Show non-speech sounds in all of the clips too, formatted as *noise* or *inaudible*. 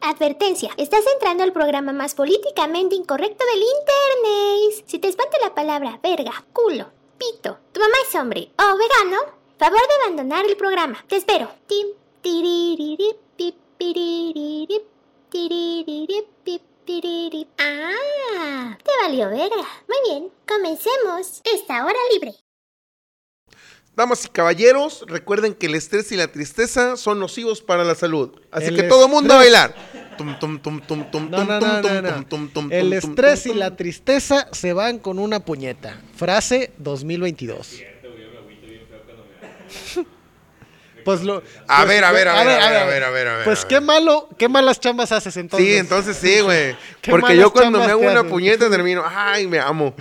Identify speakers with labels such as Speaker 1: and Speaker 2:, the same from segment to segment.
Speaker 1: Advertencia, estás entrando al programa más políticamente incorrecto del internet. Si te espanta la palabra verga, culo, pito, tu mamá es hombre o vegano, favor de abandonar el programa. Te espero. Tim, tiririri, pip, piririri, tiririri, pip, tiririri. Ah, te valió verga. Muy bien, comencemos. Esta hora libre.
Speaker 2: Damas y caballeros, recuerden que el estrés y la tristeza son nocivos para la salud. Así
Speaker 3: El
Speaker 2: que todo mundo a
Speaker 3: estrés.
Speaker 2: bailar. Tum, tum, tum, tum, tum,
Speaker 3: No,
Speaker 2: tum,
Speaker 3: no,
Speaker 2: tum,
Speaker 3: no,
Speaker 2: tum,
Speaker 3: no, no.
Speaker 2: tum, tum, tum,
Speaker 3: El
Speaker 2: tum,
Speaker 3: estrés y
Speaker 2: tum,
Speaker 3: la tristeza se van con una puñeta. Frase 2022. *laughs* Pues lo,
Speaker 2: A
Speaker 3: pues
Speaker 2: ver, a
Speaker 3: lo-
Speaker 2: ver, a ver, a ver, a ver, a ver, a ver,
Speaker 3: Pues
Speaker 2: a
Speaker 3: qué
Speaker 2: ver.
Speaker 3: malo, qué malas chambas haces
Speaker 2: tum.
Speaker 3: entonces.
Speaker 2: Sí, entonces
Speaker 3: *laughs*
Speaker 2: sí, güey.
Speaker 3: Qué
Speaker 2: Porque
Speaker 3: malas
Speaker 2: yo cuando me
Speaker 3: chambas
Speaker 2: hago
Speaker 3: te
Speaker 2: una
Speaker 3: hacen. *laughs*
Speaker 2: puñeta termino, ay, me amo.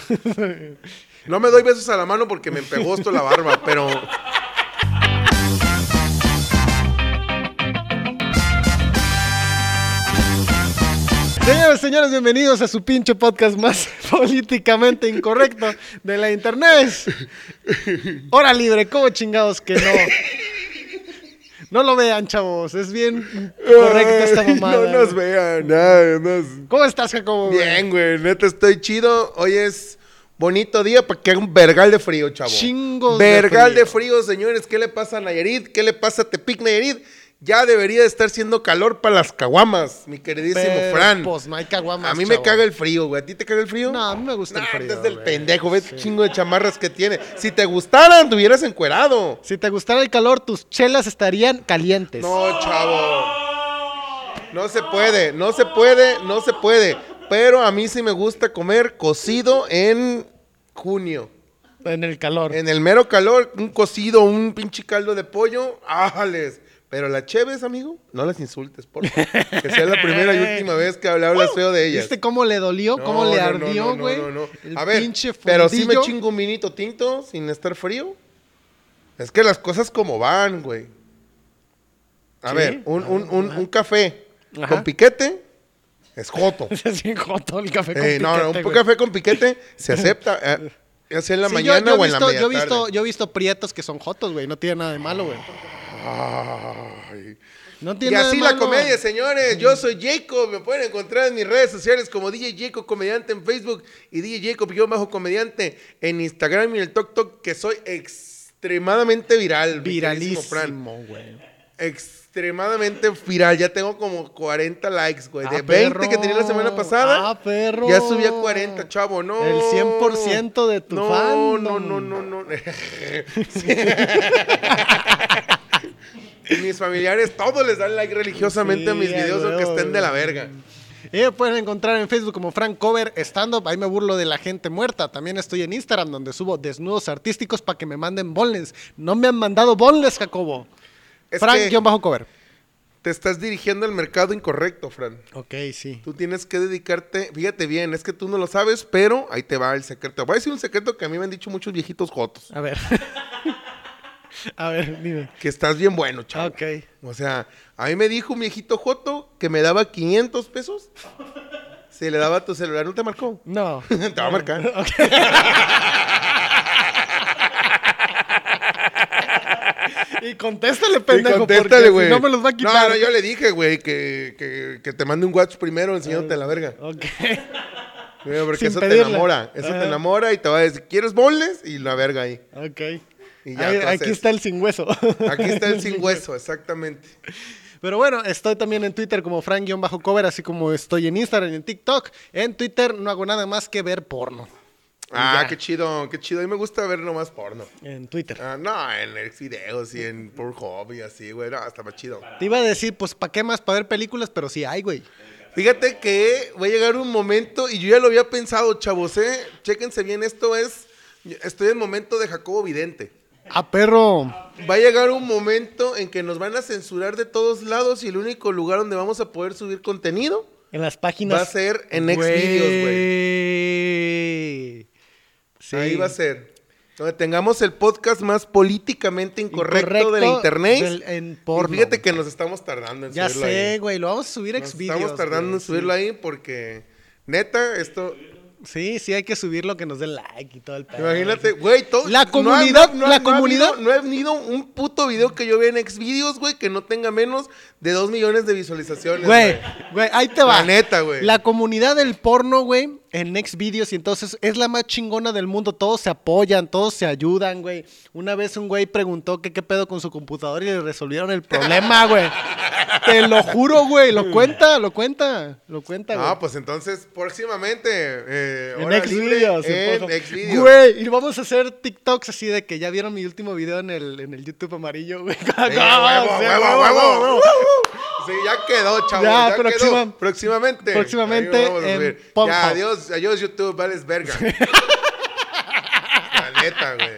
Speaker 2: No me doy besos a la mano porque me pegó esto la barba, pero
Speaker 3: Señores, señores, bienvenidos a su pinche podcast más *laughs* políticamente incorrecto de la internet. Hora libre, ¿cómo chingados que no?
Speaker 2: *laughs*
Speaker 3: No lo vean, chavos, es bien correcta esta
Speaker 2: Ay,
Speaker 3: mamada.
Speaker 2: No nos vean, ay, nos-
Speaker 3: ¿Cómo estás, Jacobo? güey?
Speaker 2: Bien, güey, neta estoy chido. Hoy es bonito día para que haga un vergal de frío, chavo.
Speaker 3: Chingos de
Speaker 2: Vergal
Speaker 3: frío.
Speaker 2: de frío. señores. ¿Qué le pasa a Nayarit? ¿Qué le pasa a Tepic Nayarit? Ya debería de estar siendo calor para las caguamas, mi queridísimo
Speaker 3: Pero,
Speaker 2: Fran.
Speaker 3: Pues no hay caguamas,
Speaker 2: a mí me
Speaker 3: chavo.
Speaker 2: caga el frío, güey. ¿A ti te caga el frío?
Speaker 3: No, a mí me gusta el
Speaker 2: Nah,
Speaker 3: frío,
Speaker 2: andas del
Speaker 3: güey.
Speaker 2: pendejo, ves chingo de chamarras que tiene. Si te gustaran, te hubieras encuerado.
Speaker 3: Si te gustara el calor, tus chelas estarían calientes.
Speaker 2: No, chavo. No se puede, no se puede, no se puede. Pero a mí sí me gusta comer cocido en junio.
Speaker 3: En el calor.
Speaker 2: En el mero calor, un cocido, un pinche caldo de pollo, ájales. Pero las cheves, amigo, no las insultes, por favor. Que sea la primera y última vez que habla- hablas feo de ellas.
Speaker 3: ¿Viste cómo le dolió? ¿Cómo
Speaker 2: No,
Speaker 3: le
Speaker 2: no, no, no,
Speaker 3: ardió,
Speaker 2: no,
Speaker 3: güey?
Speaker 2: no, no.
Speaker 3: El
Speaker 2: A ver,
Speaker 3: pinche
Speaker 2: pero sí me
Speaker 3: fundillo. *laughs*
Speaker 2: chingo un vinito tinto sin estar frío. Es que las cosas como van, güey. A
Speaker 3: Sí,
Speaker 2: ver, un, un- un- un café
Speaker 3: Ajá.
Speaker 2: con piquete es
Speaker 3: *laughs*
Speaker 2: joto.
Speaker 3: Es bien joto el café con
Speaker 2: Eh, no, no, un
Speaker 3: piquete, güey.
Speaker 2: café con piquete se acepta, eh, ya sea en la
Speaker 3: Sí, yo-
Speaker 2: mañana
Speaker 3: yo, he
Speaker 2: o en la
Speaker 3: visto-
Speaker 2: media
Speaker 3: yo he visto,
Speaker 2: tarde.
Speaker 3: yo he visto prietos que son jotos, güey. No tiene nada de malo, güey.
Speaker 2: Ay.
Speaker 3: No tiene
Speaker 2: Y
Speaker 3: nada de
Speaker 2: así la
Speaker 3: malo. Mm.
Speaker 2: comedia, señores. Yo soy Jacob. Me pueden encontrar en mis redes sociales como DJ Jacob Comediante en Facebook y DJ Jacob yo bajo comediante en Instagram y en el TokTok, que soy extremadamente viral. mi queridísimo Fran.
Speaker 3: Viralísimo, güey.
Speaker 2: Extremadamente viral. Ya tengo como 40 likes, güey. De
Speaker 3: Ah,
Speaker 2: 20 que
Speaker 3: perro.
Speaker 2: tenía la semana pasada.
Speaker 3: Ah, perro.
Speaker 2: Ya subí a 40, chavo, no.
Speaker 3: El 100% de tu
Speaker 2: no,
Speaker 3: fandom.
Speaker 2: No, no, no,
Speaker 3: *laughs*
Speaker 2: no. mis familiares, todos les dan like religiosamente a mis
Speaker 3: Sí,
Speaker 2: videos,
Speaker 3: a
Speaker 2: aunque
Speaker 3: huevo,
Speaker 2: estén de la
Speaker 3: güey.
Speaker 2: verga.
Speaker 3: Y me pueden encontrar en Facebook como Frank Cover Stand Up. Ahí me burlo de la gente muerta. También estoy en Instagram donde subo desnudos artísticos para que me manden bonles. No me han mandado bonles, Jacobo.
Speaker 2: Es que-
Speaker 3: Frank-Cover.
Speaker 2: Te estás dirigiendo al mercado incorrecto, Fran.
Speaker 3: Ok, sí.
Speaker 2: Tú tienes que dedicarte, fíjate bien, es que tú no lo sabes, pero ahí te va el secreto. Voy a decir un secreto que a mí me han dicho muchos viejitos jotos,
Speaker 3: A ver. *laughs* a ver, dime.
Speaker 2: que estás bien bueno, chavo.
Speaker 3: Ok.
Speaker 2: O sea, a mí me dijo un viejito joto que me daba 500 pesos. Se le daba a tu celular, ¿no te marcó? *laughs*
Speaker 3: No.
Speaker 2: Te va a marcar.
Speaker 3: *laughs* Y contéstale,
Speaker 2: Sí,
Speaker 3: pendejo.
Speaker 2: contéstale, güey.
Speaker 3: porque Si no me los va a quitar.
Speaker 2: No, no, yo le dije, güey, que, que, que te mande un WhatsApp primero enseñándote la verga.
Speaker 3: Ok. *laughs*
Speaker 2: Güey, Porque
Speaker 3: Sin
Speaker 2: eso te
Speaker 3: pedirle.
Speaker 2: enamora. Eso te
Speaker 3: Ajá.
Speaker 2: enamora y te va a decir, ¿quieres boles? Y la verga ahí.
Speaker 3: Ok.
Speaker 2: Y ya
Speaker 3: Ahí-
Speaker 2: tú
Speaker 3: aquí
Speaker 2: haces.
Speaker 3: está el sin hueso.
Speaker 2: Aquí está el sin hueso,
Speaker 3: *laughs*
Speaker 2: exactamente.
Speaker 3: Pero bueno, estoy también en Twitter como Frank-Cover, así como estoy en Instagram y en TikTok. En Twitter no hago nada más que ver porno.
Speaker 2: Ah,
Speaker 3: ya.
Speaker 2: qué chido, qué chido. A mí me gusta ver nomás porno.
Speaker 3: En Twitter.
Speaker 2: Ah, no, en ex videos y en por hobby, así, güey. No, está más chido.
Speaker 3: Te iba a decir, pues, ¿para qué más? Para ver películas, pero sí hay, güey.
Speaker 2: Fíjate que va a llegar un momento, y yo ya lo había pensado, chavos, ¿eh? Chéquense bien, esto es. Estoy en el momento de Jacobo Vidente.
Speaker 3: A Ah, perro.
Speaker 2: Va a llegar un momento en que nos van a censurar de todos lados y el único lugar donde vamos a poder subir contenido
Speaker 3: En las páginas.
Speaker 2: Va a ser en Xvideos,
Speaker 3: güey. Sí.
Speaker 2: ahí va a ser. Donde tengamos el podcast más políticamente incorrecto,
Speaker 3: Incorrecto
Speaker 2: de la internet.
Speaker 3: del- en
Speaker 2: Y
Speaker 3: porno.
Speaker 2: fíjate que nos estamos tardando en
Speaker 3: Ya
Speaker 2: subirlo ahí.
Speaker 3: sé, güey. Lo vamos a subir a
Speaker 2: Nos
Speaker 3: Xvideos.
Speaker 2: estamos tardando
Speaker 3: güey,
Speaker 2: en subirlo
Speaker 3: sí.
Speaker 2: ahí porque, neta, esto
Speaker 3: Sí, sí, hay que subir lo que nos dé like y todo el pedo.
Speaker 2: Imagínate, güey, todo.
Speaker 3: La
Speaker 2: no ha-
Speaker 3: comunidad,
Speaker 2: no ha- no ha-
Speaker 3: la
Speaker 2: no ha
Speaker 3: comunidad.
Speaker 2: habido- No he venido un puto video que yo vea en Xvideos, güey, que no tenga menos de 2 millones de visualizaciones.
Speaker 3: Güey, güey, ahí te va.
Speaker 2: La neta, güey.
Speaker 3: La comunidad del porno, güey, en Next Videos y entonces es la más chingona del mundo. Todos se apoyan, todos se ayudan, güey. Una vez un güey preguntó que qué pedo con su computadora y le resolvieron el problema, güey. te lo juro, güey. Lo cuenta, lo cuenta, lo cuenta, güey.
Speaker 2: Ah, pues entonces, próximamente. Eh,
Speaker 3: En
Speaker 2: hora libre
Speaker 3: Xvideos, en
Speaker 2: en
Speaker 3: porno.
Speaker 2: Xvideos.
Speaker 3: Güey, y vamos a hacer TikToks así de que ya vieron mi último video en el, en el YouTube amarillo, güey. *laughs*
Speaker 2: Sí, Eh, huevo, huevo, huevo, huevo. Sí, ya quedó, chavos.
Speaker 3: Ya,
Speaker 2: Ya,
Speaker 3: próxima-
Speaker 2: quedó. Próximamente.
Speaker 3: próximamente
Speaker 2: Ahí lo vamos a
Speaker 3: en
Speaker 2: subir.
Speaker 3: Pornhub.
Speaker 2: Ya, adiós, adiós, YouTube, vales verga. La neta, güey.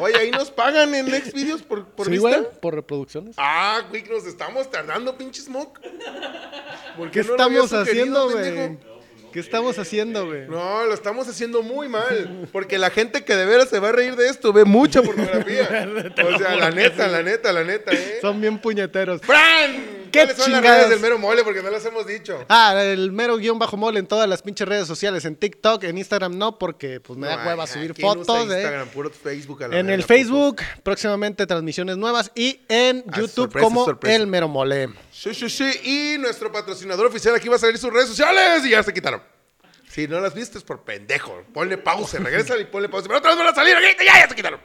Speaker 2: Oye, ahí nos pagan en Next Videos por, por
Speaker 3: Sí,
Speaker 2: vista.
Speaker 3: güey, por reproducciones.
Speaker 2: Ah, Quick, nos estamos tardando, pinche Smoke. ¿Por
Speaker 3: ¿Qué
Speaker 2: no lo habías
Speaker 3: estamos
Speaker 2: sugerido,
Speaker 3: haciendo, güey?
Speaker 2: pendejo?
Speaker 3: ¿Qué estamos haciendo, güey?
Speaker 2: No, lo estamos haciendo muy mal. Porque la gente que de veras se va a reír de esto ve mucha
Speaker 3: *laughs*
Speaker 2: pornografía. o sea, la neta, la neta, la neta, eh.
Speaker 3: Son bien puñeteros.
Speaker 2: ¡Fran!
Speaker 3: ¿Qué
Speaker 2: ¿Cuáles son las
Speaker 3: chingadas?
Speaker 2: redes del mero mole? Porque no las hemos dicho.
Speaker 3: Ah, el mero guión bajo mole en todas las pinches redes sociales, en TikTok, en Instagram no, porque pues me da
Speaker 2: No,
Speaker 3: hueva
Speaker 2: ay,
Speaker 3: subir
Speaker 2: ¿quién usa
Speaker 3: fotos. eh.
Speaker 2: Instagram, puro Facebook a la
Speaker 3: En el
Speaker 2: verga,
Speaker 3: Facebook, próximamente transmisiones nuevas y en
Speaker 2: Ah,
Speaker 3: YouTube
Speaker 2: sorpresa,
Speaker 3: como
Speaker 2: sorpresa.
Speaker 3: el mero mole.
Speaker 2: puto. Sí, sí, sí. Y nuestro patrocinador oficial aquí va a salir sus redes sociales y ya se quitaron. Si no las viste es por pendejo. Ponle pausa, regresa y ponle pausa. Pero otra vez van a salir aquí, ya, ya se quitaron.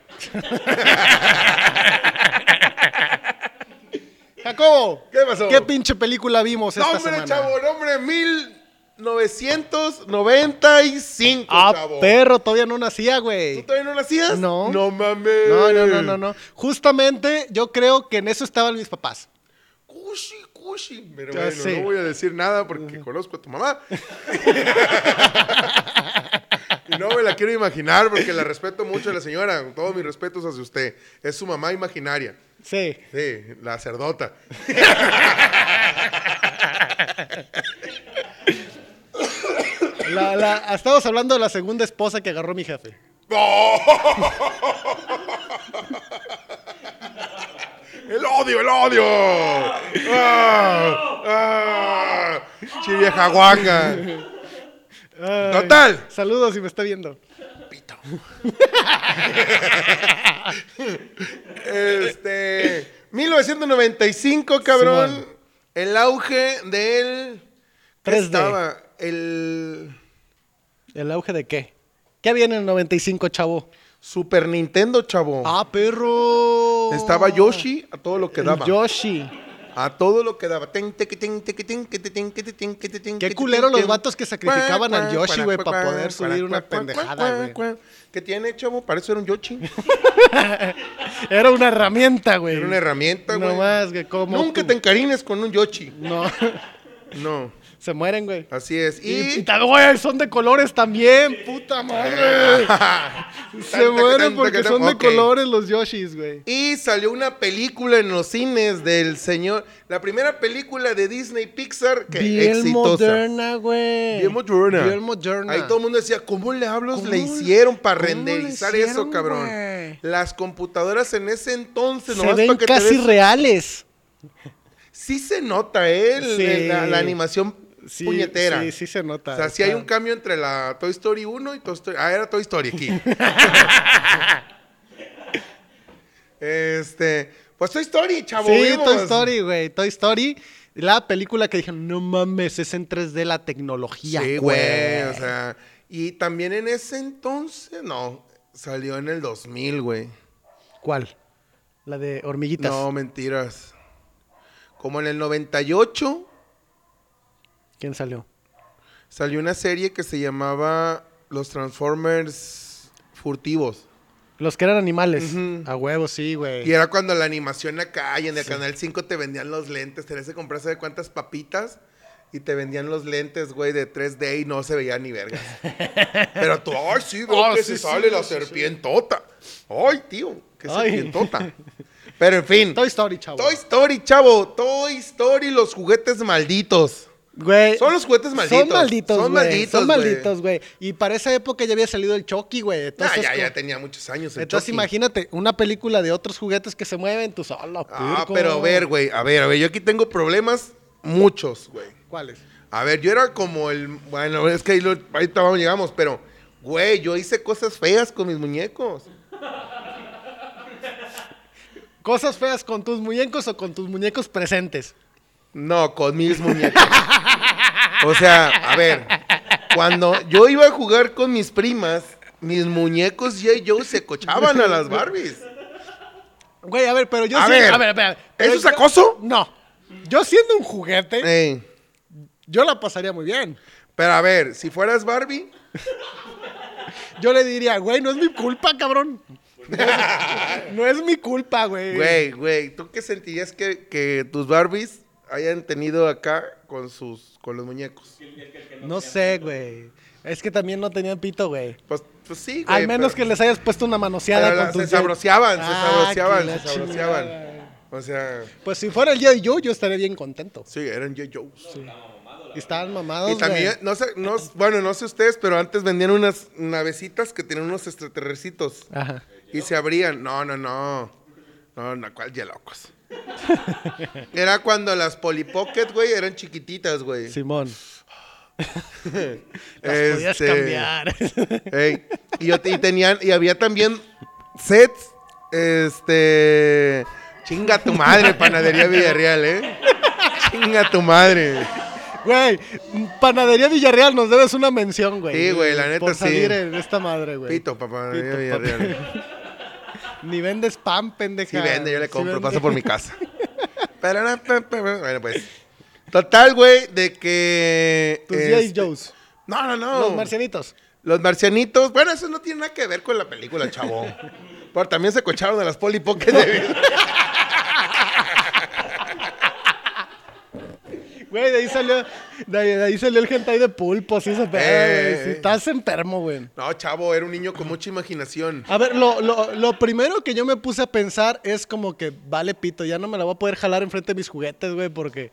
Speaker 3: Jacobo,
Speaker 2: ¿Qué pasó?
Speaker 3: ¿Qué pinche película vimos esta
Speaker 2: Nombre,
Speaker 3: semana?
Speaker 2: chavo, nombre 1995,
Speaker 3: ah,
Speaker 2: chavo.
Speaker 3: perro, todavía no nacía,
Speaker 2: ¿Tú
Speaker 3: güey.
Speaker 2: todavía no nacías?
Speaker 3: No.
Speaker 2: No mames.
Speaker 3: No, no, no, no, no. Justamente yo creo que en eso estaban mis papás.
Speaker 2: Cushi, cushi. Pero
Speaker 3: Ya
Speaker 2: bueno,
Speaker 3: sé.
Speaker 2: no voy a decir nada porque conozco a tu mamá. *laughs* y no me la quiero imaginar porque la respeto mucho a la señora. Con Todos mis respetos hacia usted. Es su mamá imaginaria.
Speaker 3: Sí.
Speaker 2: Sí, la cerdota.
Speaker 3: La, la, estamos hablando de la segunda esposa que agarró mi jefe.
Speaker 2: *laughs* ¡No! *laughs* ¡El odio, el odio! ¡Ah! ¡Ah! ¡Chi vieja guanga!
Speaker 3: Ay,
Speaker 2: Total.
Speaker 3: Saludos si me está viendo.
Speaker 2: Pito. este. 1995, cabrón.
Speaker 3: Simón.
Speaker 2: El auge del. ¿qué
Speaker 3: 3D.
Speaker 2: estaba? El.
Speaker 3: ¿El auge de qué? ¿Qué había en el 95, chavo?
Speaker 2: Super Nintendo, chavo.
Speaker 3: Ah, perro.
Speaker 2: Estaba Yoshi a todo lo que
Speaker 3: El
Speaker 2: daba.
Speaker 3: Yoshi.
Speaker 2: A todo lo que daba. Ten, tequi, ten, tequi, ten, que te, ten, que te, ten, que te, ten,
Speaker 3: Qué
Speaker 2: que te,
Speaker 3: culero
Speaker 2: ten,
Speaker 3: los
Speaker 2: ten.
Speaker 3: vatos que sacrificaban
Speaker 2: Cuac,
Speaker 3: al Yoshi,
Speaker 2: cuac,
Speaker 3: güey,
Speaker 2: cuac,
Speaker 3: pa'
Speaker 2: cuac,
Speaker 3: poder
Speaker 2: cuac,
Speaker 3: subir
Speaker 2: cuac,
Speaker 3: una
Speaker 2: cuac,
Speaker 3: pendejada,
Speaker 2: cuac,
Speaker 3: güey.
Speaker 2: cuac. ¿Qué tiene, chavo? Para eso era un
Speaker 3: *laughs*
Speaker 2: Yoshi.
Speaker 3: Era una herramienta, güey.
Speaker 2: Era una herramienta, güey.
Speaker 3: No más, güey. ¿cómo
Speaker 2: Nunca
Speaker 3: tú?
Speaker 2: te encarines con un Yoshi.
Speaker 3: No, *laughs*
Speaker 2: No,
Speaker 3: se mueren, güey.
Speaker 2: así es.
Speaker 3: Y, y
Speaker 2: Y.
Speaker 3: tal, güey, son de colores también,
Speaker 2: *laughs*
Speaker 3: puta madre. Se mueren porque son de
Speaker 2: Ok.
Speaker 3: colores los Yoshis, güey.
Speaker 2: Y salió una película en los cines del señor. La primera película de Disney Pixar que
Speaker 3: Bien
Speaker 2: exitosa.
Speaker 3: moderna, güey.
Speaker 2: Bien moderna.
Speaker 3: Bien moderna.
Speaker 2: Ahí todo el mundo decía, ¿cómo le hablos
Speaker 3: ¿Cómo
Speaker 2: le
Speaker 3: le-
Speaker 2: hicieron para
Speaker 3: cómo le
Speaker 2: renderizar
Speaker 3: hicieron,
Speaker 2: eso, cabrón?
Speaker 3: güey?
Speaker 2: Las computadoras en ese entonces,
Speaker 3: se
Speaker 2: nomás
Speaker 3: ven
Speaker 2: para que te
Speaker 3: casi
Speaker 2: des-
Speaker 3: reales.
Speaker 2: Sí se nota, ¿eh? El-
Speaker 3: Sí.
Speaker 2: La, la animación
Speaker 3: Sí,
Speaker 2: puñetera.
Speaker 3: Sí, sí se nota.
Speaker 2: O sea, sí hay un cambio entre la Toy Story 1 y Toy Story... Ah, era Toy Story
Speaker 3: *laughs*
Speaker 2: aquí. este... Pues Toy Story, chavo.
Speaker 3: Sí,
Speaker 2: vimos.
Speaker 3: Toy Story, güey. Toy Story, la película que dijeron, no mames, es en 3D la tecnología,
Speaker 2: Sí,
Speaker 3: güey.
Speaker 2: güey. O sea, y también en ese entonces, no, salió en el 2000, güey.
Speaker 3: ¿Cuál? La de hormiguitas.
Speaker 2: No, mentiras. Como en el 98
Speaker 3: ¿Quién salió?
Speaker 2: salió una serie que se llamaba Los Transformers Furtivos.
Speaker 3: Los que eran animales.
Speaker 2: Ujú.
Speaker 3: A huevo, sí,
Speaker 2: Y
Speaker 3: güey.
Speaker 2: era cuando la animación acá y en el Canal 5 te vendían los lentes. Tenías que comprarse de cuántas papitas y te vendían los lentes, güey, de 3D y no se veía ni
Speaker 3: *laughs*
Speaker 2: vergas. Pero tú, ay, sí, veo
Speaker 3: Ah,
Speaker 2: que
Speaker 3: sí,
Speaker 2: se
Speaker 3: sí,
Speaker 2: sale la
Speaker 3: sí, sí.
Speaker 2: serpientota. Ay, tío, qué
Speaker 3: Ay.
Speaker 2: serpientota. Pero en fin.
Speaker 3: Toy Story, chavo.
Speaker 2: Toy Story, chavo. Toy Story, los juguetes malditos.
Speaker 3: Güey.
Speaker 2: Son los juguetes malditos.
Speaker 3: Son malditos,
Speaker 2: Son
Speaker 3: güey.
Speaker 2: malditos,
Speaker 3: Son
Speaker 2: güey.
Speaker 3: malditos, güey. Y para esa época ya había salido el Chucky, güey.
Speaker 2: Nah,
Speaker 3: Entonces,
Speaker 2: Ah, ya,
Speaker 3: como-
Speaker 2: ya tenía muchos años. el
Speaker 3: Entonces
Speaker 2: Chucky.
Speaker 3: imagínate, una película de otros juguetes que se mueven, tú solo.
Speaker 2: Ah, pero a ver, güey. A ver, a ver. Yo aquí tengo problemas, muchos, güey.
Speaker 3: ¿Cuáles?
Speaker 2: A ver, yo era como el. Bueno, es que ahí lo- ahorita vamos, llegamos, pero, güey, yo hice cosas feas con mis muñecos.
Speaker 3: ¿Cosas feas con tus muñecos o con tus muñecos presentes?
Speaker 2: No, con mis muñecos. O sea, a ver, cuando yo iba a jugar con mis primas, mis muñecos J. Joe se cochaban a las Barbies.
Speaker 3: Güey, a ver, pero yo
Speaker 2: A
Speaker 3: sí-
Speaker 2: ver,
Speaker 3: a ver, a ver, pero
Speaker 2: ¿Eso es
Speaker 3: yo-
Speaker 2: acoso? Eh.
Speaker 3: No. Yo siendo un juguete,
Speaker 2: Ey,
Speaker 3: yo la pasaría muy bien.
Speaker 2: pero a ver, si fueras Barbie,
Speaker 3: Yo le diría, güey, no es mi culpa,
Speaker 2: *laughs*
Speaker 3: cabrón. No es, no es mi culpa, güey.
Speaker 2: güey, güey, ¿tú qué sentirías que, que tus Barbies hayan tenido acá con sus, con los muñecos?
Speaker 3: No sé, güey. Es que también no tenían pito, güey.
Speaker 2: Pues, pues sí, güey.
Speaker 3: Al menos
Speaker 2: pero-
Speaker 3: que les hayas puesto una manoseada
Speaker 2: pero
Speaker 3: con
Speaker 2: la-
Speaker 3: tus
Speaker 2: se
Speaker 3: jet-
Speaker 2: sabroseaban,
Speaker 3: Ah,
Speaker 2: se sabroseaban,
Speaker 3: que la
Speaker 2: se sabroseaban. O sea,
Speaker 3: Pues si fuera el día de yo, yo estaría bien contento.
Speaker 2: sí, eran J. Joes.
Speaker 3: Y estaban mamados,
Speaker 2: Y también,
Speaker 3: güey.
Speaker 2: no sé, no, bueno, no sé ustedes, pero antes vendían unas navecitas que tenían unos extraterrecitos.
Speaker 3: Ajá.
Speaker 2: Y se abrían. No, no, no. No, no, cuál ya locos.
Speaker 3: *laughs*
Speaker 2: Era cuando las Polly Pocket, güey, eran chiquititas, güey.
Speaker 3: Simón. Las podías
Speaker 2: Este,
Speaker 3: cambiar.
Speaker 2: ey, y, yo- y tenían, y había también sets, este. Chinga tu madre, panadería Villarreal, ¿eh? Chinga tu madre.
Speaker 3: *laughs* Güey, Panadería Villarreal, nos debes una mención, güey.
Speaker 2: Sí, güey, la neta,
Speaker 3: Por
Speaker 2: sí.
Speaker 3: salir en esta madre, güey.
Speaker 2: Pito, papá,
Speaker 3: Pito,
Speaker 2: panadería
Speaker 3: papá.
Speaker 2: Villarreal.
Speaker 3: Ni vendes pan, pendeja.
Speaker 2: Sí vende, yo le
Speaker 3: Sí
Speaker 2: compro,
Speaker 3: vende.
Speaker 2: paso por mi casa. Pero no, pe- pe- bueno, pues. Total, güey, de que...
Speaker 3: *laughs* Tus
Speaker 2: este,
Speaker 3: G.I. Joes.
Speaker 2: No, no, no.
Speaker 3: Los marcianitos.
Speaker 2: Los marcianitos. Bueno, eso no tiene nada que ver con la película, chavo. Pero también se cocharon a las Polly Pocket de-
Speaker 3: Güey, de ahí salió, de ahí, de ahí salió el hentai de pulpos y ese pedo,
Speaker 2: Eh,
Speaker 3: güey. Si
Speaker 2: eh.
Speaker 3: estás enfermo, güey.
Speaker 2: No, chavo, era un niño con mucha imaginación.
Speaker 3: A ver, lo, lo, lo primero que yo me puse a pensar es como que, vale, pito, ya no me la voy a poder jalar enfrente de mis juguetes, güey, porque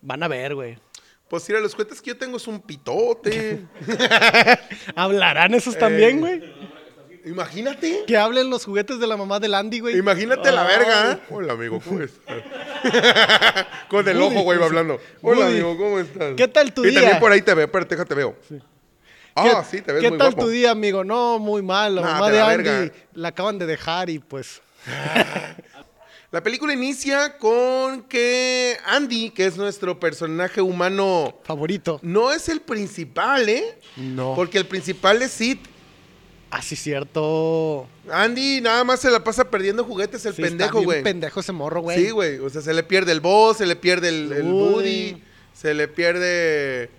Speaker 3: van a
Speaker 2: *laughs*
Speaker 3: ver, güey.
Speaker 2: Pues mira, los juguetes que yo tengo es un
Speaker 3: *laughs*
Speaker 2: pitote.
Speaker 3: ¿Hablarán esos también,
Speaker 2: Eh.
Speaker 3: güey?
Speaker 2: Imagínate.
Speaker 3: Que hablen los juguetes de la mamá del Andy, güey.
Speaker 2: Imagínate la
Speaker 3: Ah,
Speaker 2: verga. ¿eh? Hola, amigo, ¿cómo
Speaker 3: *laughs*
Speaker 2: estás? Con el ojo, güey, va hablando. Hola,
Speaker 3: Woody,
Speaker 2: amigo, ¿cómo estás?
Speaker 3: ¿qué tal tu
Speaker 2: Y también
Speaker 3: día?
Speaker 2: por ahí te veo, espérate, déjate, veo. Ah, sí, te ves
Speaker 3: ¿Qué
Speaker 2: muy
Speaker 3: tal
Speaker 2: guapo.
Speaker 3: tu día, amigo? No, muy mal. La
Speaker 2: Nah,
Speaker 3: mamá
Speaker 2: de
Speaker 3: de
Speaker 2: la
Speaker 3: Andy
Speaker 2: verga.
Speaker 3: la acaban de dejar y pues.
Speaker 2: La película inicia con que Andy, que es nuestro personaje humano,
Speaker 3: Favorito.
Speaker 2: no es el principal, ¿eh?
Speaker 3: No.
Speaker 2: Porque el principal es Sid.
Speaker 3: Así Ah, cierto.
Speaker 2: Andy nada más se la pasa perdiendo juguetes el
Speaker 3: Sí, está
Speaker 2: pendejo,
Speaker 3: bien
Speaker 2: güey.
Speaker 3: pendejo ese morro, güey.
Speaker 2: Sí, güey. O sea, se le pierde el boss, se le pierde el, el
Speaker 3: Woody.
Speaker 2: Woody, se le pierde.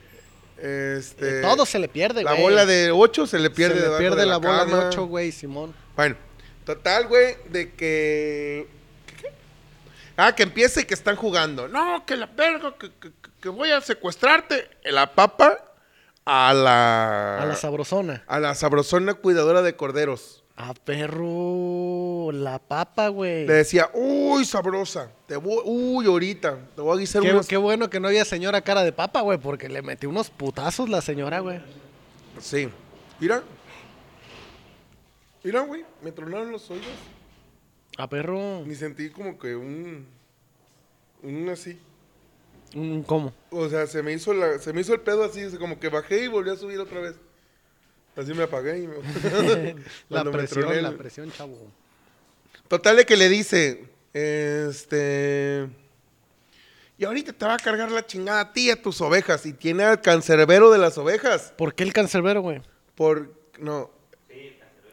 Speaker 2: Este.
Speaker 3: Todo se le pierde,
Speaker 2: La
Speaker 3: güey.
Speaker 2: bola de 8 se le pierde
Speaker 3: pierde, se le
Speaker 2: debajo
Speaker 3: pierde
Speaker 2: de
Speaker 3: la, bola de
Speaker 2: cama.
Speaker 3: 8, güey, Simón.
Speaker 2: Bueno, total, güey, de que. ¿qué, qué? Ah, que empieza y que están jugando. No, que la verga, que, que- que voy a secuestrarte. La papa a la.
Speaker 3: A la sabrosona.
Speaker 2: a la sabrosona cuidadora de corderos.
Speaker 3: A perro. La papa, güey.
Speaker 2: Le decía, uy, sabrosa, te voy, uy, ahorita, te voy a guisar
Speaker 3: Qué,
Speaker 2: unos.
Speaker 3: qué bueno que no había señora cara de papa, güey, porque le metió unos putazos la señora, güey.
Speaker 2: Sí. Mira. Mira, güey, me tronaron los oídos.
Speaker 3: A Ah, perro.
Speaker 2: Ni sentí como que un. Un así.
Speaker 3: Mm, ¿Cómo?
Speaker 2: O sea, se me hizo la, se me hizo el pedo así, o sea, como que bajé y volví a subir otra vez. Así me apagué y me...
Speaker 3: *laughs*
Speaker 2: *laughs*
Speaker 3: La
Speaker 2: Cuando me
Speaker 3: presión,
Speaker 2: troné el-
Speaker 3: la presión, chavo.
Speaker 2: Total de que le dice, este... Y ahorita te va a cargar la chingada a ti y a tus ovejas. Y tiene al cancerbero de las ovejas.
Speaker 3: ¿Por qué el cancerbero, güey?
Speaker 2: Por... No.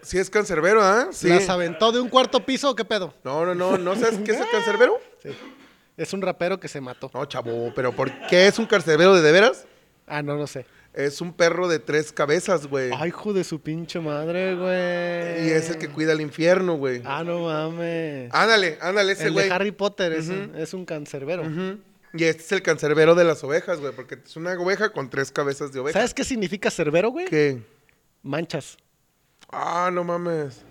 Speaker 2: Sí, es cancerbero, ¿ah? Sí.
Speaker 3: ¿Las aventó de un cuarto piso o qué pedo?
Speaker 2: No, no, no. ¿No sabes
Speaker 3: *laughs*
Speaker 2: qué es el cancerbero?
Speaker 3: Sí. Es un rapero que se mató.
Speaker 2: No, chavo. ¿Pero por qué es un cancerbero de de veras?
Speaker 3: Ah, no, no sé.
Speaker 2: Es un perro de tres cabezas, güey.
Speaker 3: Ay, hijo de su pinche madre, güey.
Speaker 2: Y es el que cuida el infierno, güey.
Speaker 3: Ah, no mames.
Speaker 2: Ándale, ándale ese
Speaker 3: el
Speaker 2: güey.
Speaker 3: de Harry Potter es, un, es un cancerbero.
Speaker 2: Ujú. Y este es el cancerbero de las ovejas, güey, porque es una oveja con tres cabezas de oveja.
Speaker 3: ¿Sabes qué significa cerbero, güey?
Speaker 2: ¿Qué?
Speaker 3: Manchas.
Speaker 2: Ah, no mames.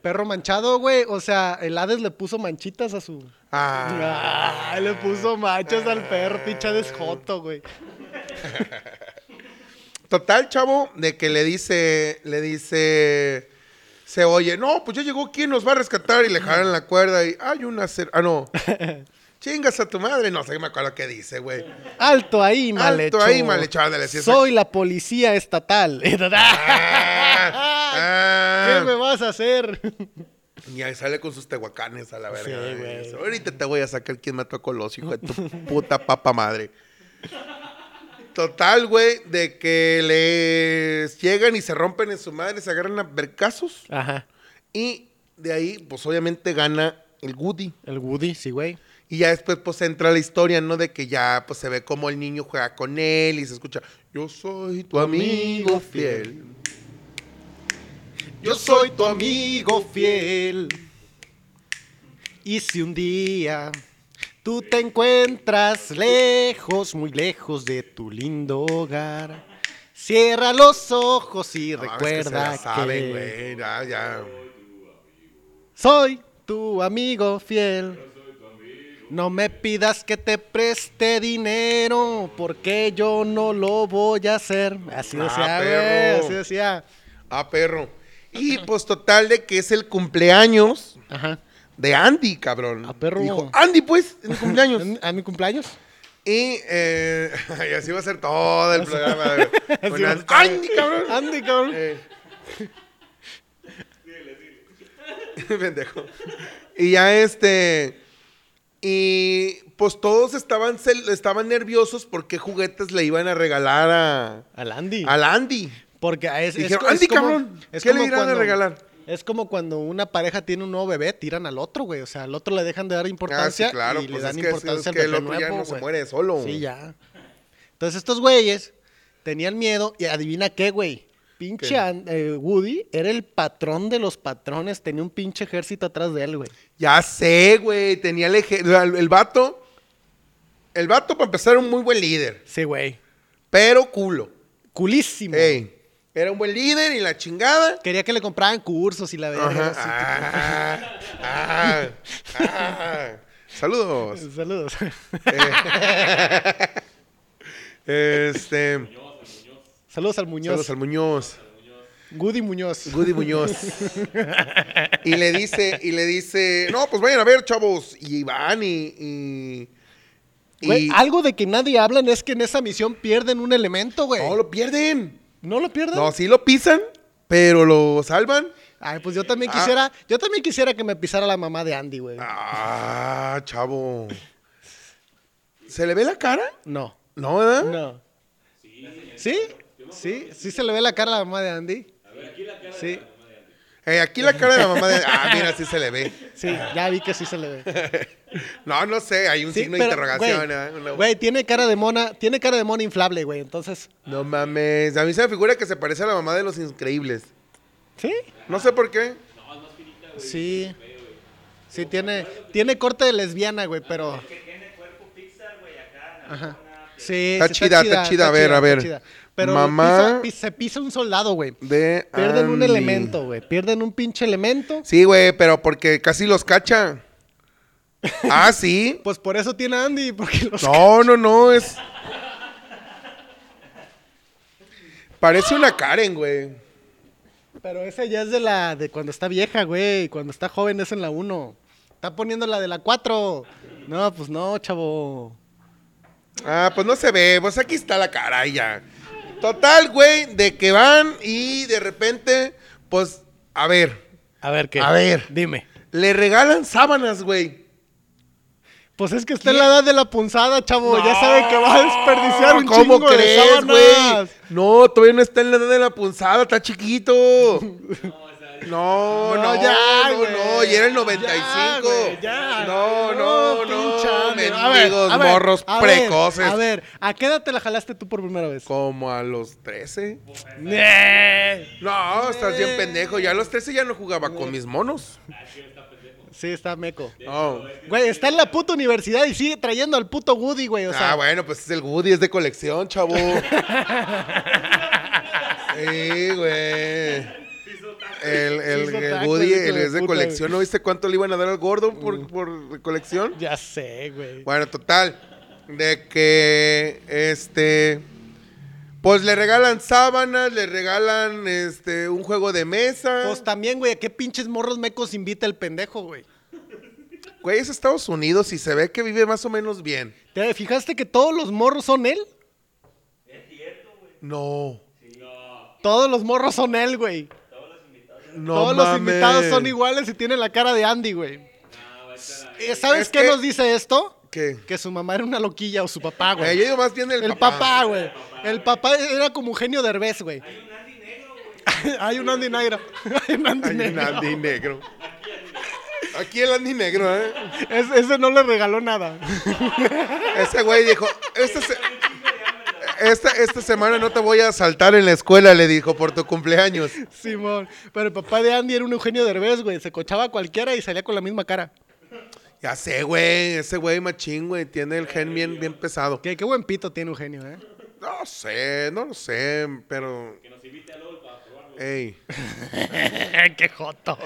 Speaker 3: Perro manchado, güey. O sea, el Hades le puso manchitas a su.
Speaker 2: Ah,
Speaker 3: Ah, le puso manchas al perro, pinche desjoto, güey.
Speaker 2: total, chavo, de que le dice, le dice, se oye, no, pues ya llegó quien nos va a rescatar y le jalan la cuerda y hay una cer... Ah, no. Chingas a tu madre. No sé, me acuerdo qué dice, güey.
Speaker 3: Alto ahí, malhecho.
Speaker 2: ahí, malhecho, ándale, sí,
Speaker 3: Soy la policía estatal. *laughs*
Speaker 2: Ah,
Speaker 3: ¿Qué me vas a hacer?
Speaker 2: Y ahí sale con sus tehuacanes a la verga.
Speaker 3: Sí,
Speaker 2: güey.
Speaker 3: güey.
Speaker 2: Ahorita te voy a sacar quién mató a Colosio, hijo de tu puta papa madre. Total, güey, de que les llegan y se rompen en su madre, se agarran a vercazos.
Speaker 3: Ajá.
Speaker 2: Y de ahí, pues obviamente gana el Woody.
Speaker 3: El Woody, sí, güey.
Speaker 2: Y ya después, pues entra la historia, ¿no? De que ya, pues se ve como el niño juega con él y se escucha: Yo soy tu amigo fiel. Yo soy tu amigo fiel.
Speaker 3: Y si un día tú te encuentras lejos, muy lejos de tu lindo hogar, cierra los ojos y
Speaker 2: No, es que se
Speaker 3: recuerda
Speaker 2: la saben,
Speaker 3: que
Speaker 2: güey. Ya, ya.
Speaker 3: Soy tu amigo fiel. No me pidas que te preste dinero, porque yo no lo voy a hacer. Así
Speaker 2: Ah,
Speaker 3: decía, güey,
Speaker 2: perro.
Speaker 3: así decía.
Speaker 2: Ah, perro. Y pues total de que es el cumpleaños
Speaker 3: Ajá.
Speaker 2: de Andy, cabrón.
Speaker 3: Ah, perro.
Speaker 2: Dijo, Andy, pues, en mi
Speaker 3: *laughs*
Speaker 2: cumpleaños.
Speaker 3: ¿A mi cumpleaños?
Speaker 2: y, eh, *laughs* y así va a ser todo
Speaker 3: *laughs*
Speaker 2: el programa. güey.
Speaker 3: Así
Speaker 2: *laughs* Con
Speaker 3: va a
Speaker 2: Andy.
Speaker 3: estar.
Speaker 2: Andy, cabrón.
Speaker 3: Andy, cabrón.
Speaker 2: Eh. *laughs* Pendejo. Y ya este. Y pues todos estaban, cel- estaban nerviosos porque juguetes le iban a regalar a,
Speaker 3: Al Andy.
Speaker 2: al Andy.
Speaker 3: Porque a- es, es
Speaker 2: Dijeron,
Speaker 3: co- es
Speaker 2: "Andy,
Speaker 3: como-
Speaker 2: cabrón,
Speaker 3: es
Speaker 2: ¿qué le
Speaker 3: como
Speaker 2: irán a regalar?
Speaker 3: Es como cuando una pareja tiene un nuevo bebé, tiran al otro, güey. O sea, al otro le dejan de dar
Speaker 2: Ah, sí,
Speaker 3: importancia
Speaker 2: claro,
Speaker 3: y
Speaker 2: pues
Speaker 3: le dan
Speaker 2: es que, es
Speaker 3: importancia al
Speaker 2: que el
Speaker 3: bebé
Speaker 2: otro ya
Speaker 3: nuevo,
Speaker 2: no se
Speaker 3: güey.
Speaker 2: muere solo.
Speaker 3: Sí, ya. Entonces estos güeyes tenían miedo y adivina qué, güey.
Speaker 2: ¿Qué?
Speaker 3: Pinche An- eh, Woody era el patrón de los patrones, tenía un pinche ejército atrás de él, güey.
Speaker 2: Ya sé, güey. Tenía el, eje- la- el vato. El vato, para empezar, era un muy buen líder.
Speaker 3: Sí, güey.
Speaker 2: Pero culo.
Speaker 3: Culísimo.
Speaker 2: Ey, Era un buen líder y la chingada.
Speaker 3: Quería que le compraran cursos y la verga. así,
Speaker 2: Ajá. Ah, ah, ah. Saludos.
Speaker 3: tipo- Saludos. *laughs*
Speaker 2: Este,
Speaker 3: Saludos al Muñoz.
Speaker 2: saludos al Muñoz.
Speaker 3: Woody Muñoz.
Speaker 2: Goody Muñoz. y le dice, y le dice, no, pues vayan a ver, chavos. Y van y. y, y-
Speaker 3: Güey, algo de que nadie hablan es que en esa misión pierden un elemento, güey.
Speaker 2: no lo pierden.
Speaker 3: ¿No lo pierden?
Speaker 2: No, sí lo pisan, pero lo salvan.
Speaker 3: Ay, pues yo también
Speaker 2: Ah.
Speaker 3: quisiera, yo también quisiera que me pisara la mamá de Andy, güey.
Speaker 2: Ah, chavo. ¿Se le ve la cara?
Speaker 3: No.
Speaker 2: No, ¿verdad?
Speaker 3: No. ¿Sí? ¿Sí? ¿Sí se le ve la cara a la mamá de Andy? Sí,
Speaker 2: Eh, aquí la cara de la mamá de. Ah, mira, sí se le ve.
Speaker 3: sí, ya vi que sí se
Speaker 2: *laughs*
Speaker 3: le ve.
Speaker 2: No, no sé, hay un
Speaker 3: Sí,
Speaker 2: signo de
Speaker 3: pero,
Speaker 2: interrogación.
Speaker 3: güey,
Speaker 2: ¿eh? Una-
Speaker 3: Güey, tiene cara de mona, tiene cara de mona inflable, güey, entonces,
Speaker 2: No mames, a mí se me figura que se parece a la mamá de los increíbles.
Speaker 3: ¿sí?
Speaker 2: No sé por qué.
Speaker 3: Sí. Sí, tiene, tiene corte de lesbiana, güey, pero... Ajá. Sí,
Speaker 2: Está
Speaker 3: sí,
Speaker 2: chida, está chida, a ver, a
Speaker 3: está
Speaker 2: ver.
Speaker 3: chida. Pero
Speaker 2: Mamá-
Speaker 3: pisa- pi- se pisa un soldado, güey.
Speaker 2: De
Speaker 3: Pierden un
Speaker 2: Andy.
Speaker 3: elemento, güey. Pierden un pinche elemento.
Speaker 2: Sí, güey, pero porque casi los cacha.
Speaker 3: *laughs*
Speaker 2: Ah, sí.
Speaker 3: Pues por eso tiene a Andy, porque los...
Speaker 2: No, no, no, es. Parece una Karen, güey.
Speaker 3: Pero esa ya es de la de cuando está vieja, güey. Cuando está joven es en la 1. Está poniendo la de la 4. No, pues no, chavo.
Speaker 2: Ah, pues no se ve, pues aquí está la cara y ya. Total, güey, de que van y de repente, pues, a ver,
Speaker 3: A ver qué.
Speaker 2: A ver.
Speaker 3: Dime.
Speaker 2: le regalan sábanas, güey.
Speaker 3: Pues es que está en la edad de la punzada, chavo. Ya sabe que va a desperdiciar un
Speaker 2: ¿Cómo
Speaker 3: chingo
Speaker 2: crees,
Speaker 3: de sábanas.
Speaker 2: güey? No, todavía no está en la edad de la punzada, está chiquito.
Speaker 3: *laughs*
Speaker 2: No, no,
Speaker 3: No,
Speaker 2: no,
Speaker 3: ya,
Speaker 2: no,
Speaker 3: güey.
Speaker 2: y era el
Speaker 3: Ya,
Speaker 2: 95.
Speaker 3: güey, ya.
Speaker 2: No, no, no,
Speaker 3: pinche Andy. A ver,
Speaker 2: mendigos,
Speaker 3: a ver,
Speaker 2: morros
Speaker 3: a ver,
Speaker 2: precoces.
Speaker 3: a ver, ¿a qué edad te la jalaste tú por primera vez?
Speaker 2: Como a los 13.
Speaker 3: Nee.
Speaker 2: No, estás bien pendejo. Ya a los 13 ya no jugaba con mis monos.
Speaker 3: Sí, está meco.
Speaker 2: No.
Speaker 3: Güey, está en la puta universidad y sigue trayendo al puto Woody, güey. O sea,
Speaker 2: Ah, bueno, pues es el Woody, es de colección,
Speaker 3: *laughs*
Speaker 2: chavo. sí, güey. El, el-
Speaker 3: Hizo
Speaker 2: el
Speaker 3: tacos,
Speaker 2: Woody
Speaker 3: hijo
Speaker 2: el
Speaker 3: de
Speaker 2: es de
Speaker 3: puta, Mm.
Speaker 2: colección. ¿No viste cuánto le iban a dar al gordo por, por colección?
Speaker 3: Ya sé, güey.
Speaker 2: Bueno, total. De que, este... Pues le regalan sábanas, le regalan este un juego de mesa.
Speaker 3: Pues también, güey, ¿a qué pinches morros mecos invita el pendejo, güey?
Speaker 2: Güey, es Estados Unidos y se ve que vive más o menos bien.
Speaker 3: ¿Te fijaste que todos los morros son él?
Speaker 2: No.
Speaker 3: Todos los morros son él, güey.
Speaker 2: No
Speaker 3: todos los
Speaker 2: mames.
Speaker 3: invitados son iguales y tienen la cara de Andy, güey. Eh, ¿Sabes
Speaker 2: Es
Speaker 3: qué
Speaker 2: que-
Speaker 3: nos dice esto?
Speaker 2: ¿Qué?
Speaker 3: Que su mamá era una loquilla o su papá,
Speaker 2: Güey,
Speaker 3: güey.
Speaker 2: yo digo más bien el,
Speaker 3: El papá, güey. El papá era como Eugenio Derbez, güey. *laughs* Hay un Andy negro, güey. Hay un Andy
Speaker 2: Hay un
Speaker 3: negro. Hay un Andy
Speaker 2: Andy negro. Aquí el Andy negro, ¿eh?
Speaker 3: negro. Es- ese no le regaló nada.
Speaker 2: Ese güey dijo, esta, se- esta, esta semana no te voy a saltar en la escuela, le dijo, por tu cumpleaños.
Speaker 3: Simón. Pero el papá de Andy era un Eugenio Derbez, güey. Se cochaba a cualquiera y salía con la misma cara.
Speaker 2: Ya sé, güey, ese güey machín, güey, tiene el gen bien, bien pesado.
Speaker 3: Qué, qué buen pito tiene Eugenio, ¿eh?
Speaker 2: No sé, no lo sé, pero... Que nos invite a LOL para probarlo. Ey,
Speaker 3: *laughs* qué joto.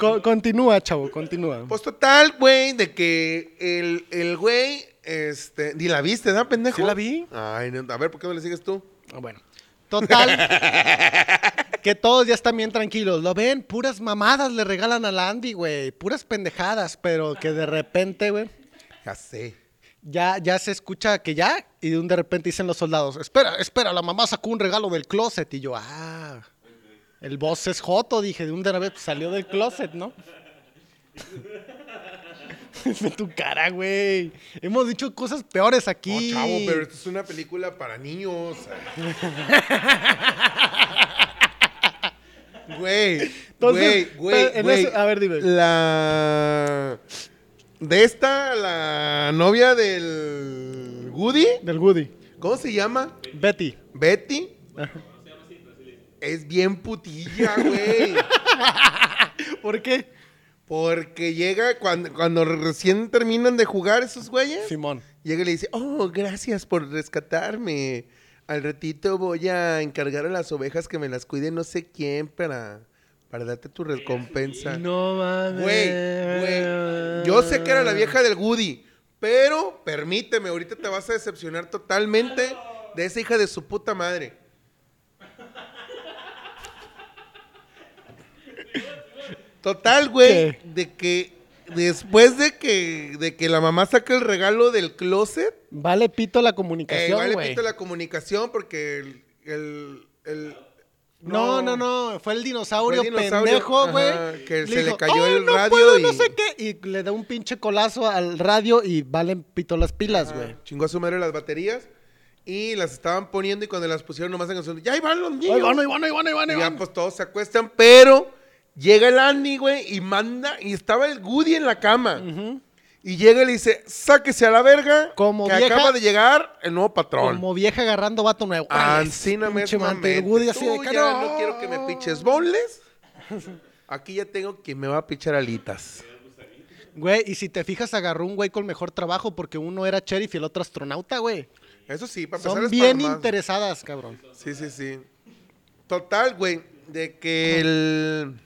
Speaker 3: Co- continúa, chavo, continúa.
Speaker 2: pues total, güey, de que el, el güey, este... Ni la viste, ¿verdad, pendejo?
Speaker 3: Sí la vi.
Speaker 2: Ay, no, a ver, ¿por qué no le sigues tú?
Speaker 3: Ah, Bueno. Total. que todos ya están bien tranquilos. Lo ven, puras mamadas le regalan a la Andy, güey. Puras pendejadas, pero que de repente, güey,
Speaker 2: Ya sé.
Speaker 3: ya, ya se escucha que ya. Y de un de repente dicen los soldados, espera, espera, la mamá sacó un regalo del closet. Y yo, ah, el boss es joto, dije, de un de repente salió del closet, ¿no? *laughs* Ve tu cara, güey. Hemos dicho cosas peores
Speaker 2: No,
Speaker 3: aquí.
Speaker 2: chavo, pero esto es una película para niños. *laughs* Güey, güey,
Speaker 3: Entonces,
Speaker 2: güey,
Speaker 3: pero en
Speaker 2: güey.
Speaker 3: eso- a ver, dime.
Speaker 2: La... De esta, la novia del Woody,
Speaker 3: Del Woody.
Speaker 2: ¿cómo se llama?
Speaker 3: Betty. *laughs*
Speaker 2: Betty. Es bien putilla,
Speaker 3: *laughs*
Speaker 2: güey.
Speaker 3: ¿Por qué?
Speaker 2: Porque llega cuando, cuando recién terminan de jugar esos güeyes.
Speaker 3: Simón.
Speaker 2: Llega y le dice, oh, gracias por rescatarme. Al ratito voy a encargar a las ovejas que me las cuide no sé quién para, para darte tu recompensa.
Speaker 3: No mames.
Speaker 2: Güey, güey. Yo sé que era la vieja del Woody, pero permíteme, ahorita te vas a decepcionar totalmente de esa hija de su puta madre. Total, güey,
Speaker 3: ¿Qué?
Speaker 2: de que después de que, de que la mamá saca el regalo del closet,
Speaker 3: Vale pito la
Speaker 2: eh,
Speaker 3: comunicación,
Speaker 2: igual le
Speaker 3: güey.
Speaker 2: pito la comunicación porque el... el- el-
Speaker 3: No, no, no. Fue el dinosaurio,
Speaker 2: Fue el dinosaurio,
Speaker 3: pendejo,
Speaker 2: ajá,
Speaker 3: güey.
Speaker 2: que se le cayó
Speaker 3: "Ay,
Speaker 2: el
Speaker 3: no
Speaker 2: radio
Speaker 3: puedo,
Speaker 2: y-
Speaker 3: no sé qué. Y le da un pinche colazo al radio y valen pito las pilas, güey.
Speaker 2: Chingó a su madre las baterías y las estaban poniendo y cuando las pusieron nomás en canción, ya ahí van los niños.
Speaker 3: Ay, bueno, y bueno, y bueno, y bueno, y
Speaker 2: Y ya
Speaker 3: bueno.
Speaker 2: pues todos se acuestan, pero llega el Andy, güey, y manda, y estaba el Woody en la cama. Y llega y le dice, sáquese a la verga,
Speaker 3: Como
Speaker 2: que
Speaker 3: vieja-
Speaker 2: acaba de llegar el nuevo patrón.
Speaker 3: Como vieja agarrando vato nuevo.
Speaker 2: Ah,
Speaker 3: Ay,
Speaker 2: Ancina
Speaker 3: pinche mante,
Speaker 2: mesmamente.
Speaker 3: el Woody así de
Speaker 2: Tú
Speaker 3: cara.
Speaker 2: ya no quiero que me pinches
Speaker 3: *laughs*
Speaker 2: bonles. Aquí ya tengo que me va a pichar alitas.
Speaker 3: Güey, y si te fijas, agarró un güey con mejor trabajo porque uno era sheriff y el otro astronauta, güey.
Speaker 2: Eso sí, para empezar
Speaker 3: Son
Speaker 2: es
Speaker 3: bien
Speaker 2: para más.
Speaker 3: interesadas, cabrón.
Speaker 2: Sí, sí, sí. Total, güey, de que el...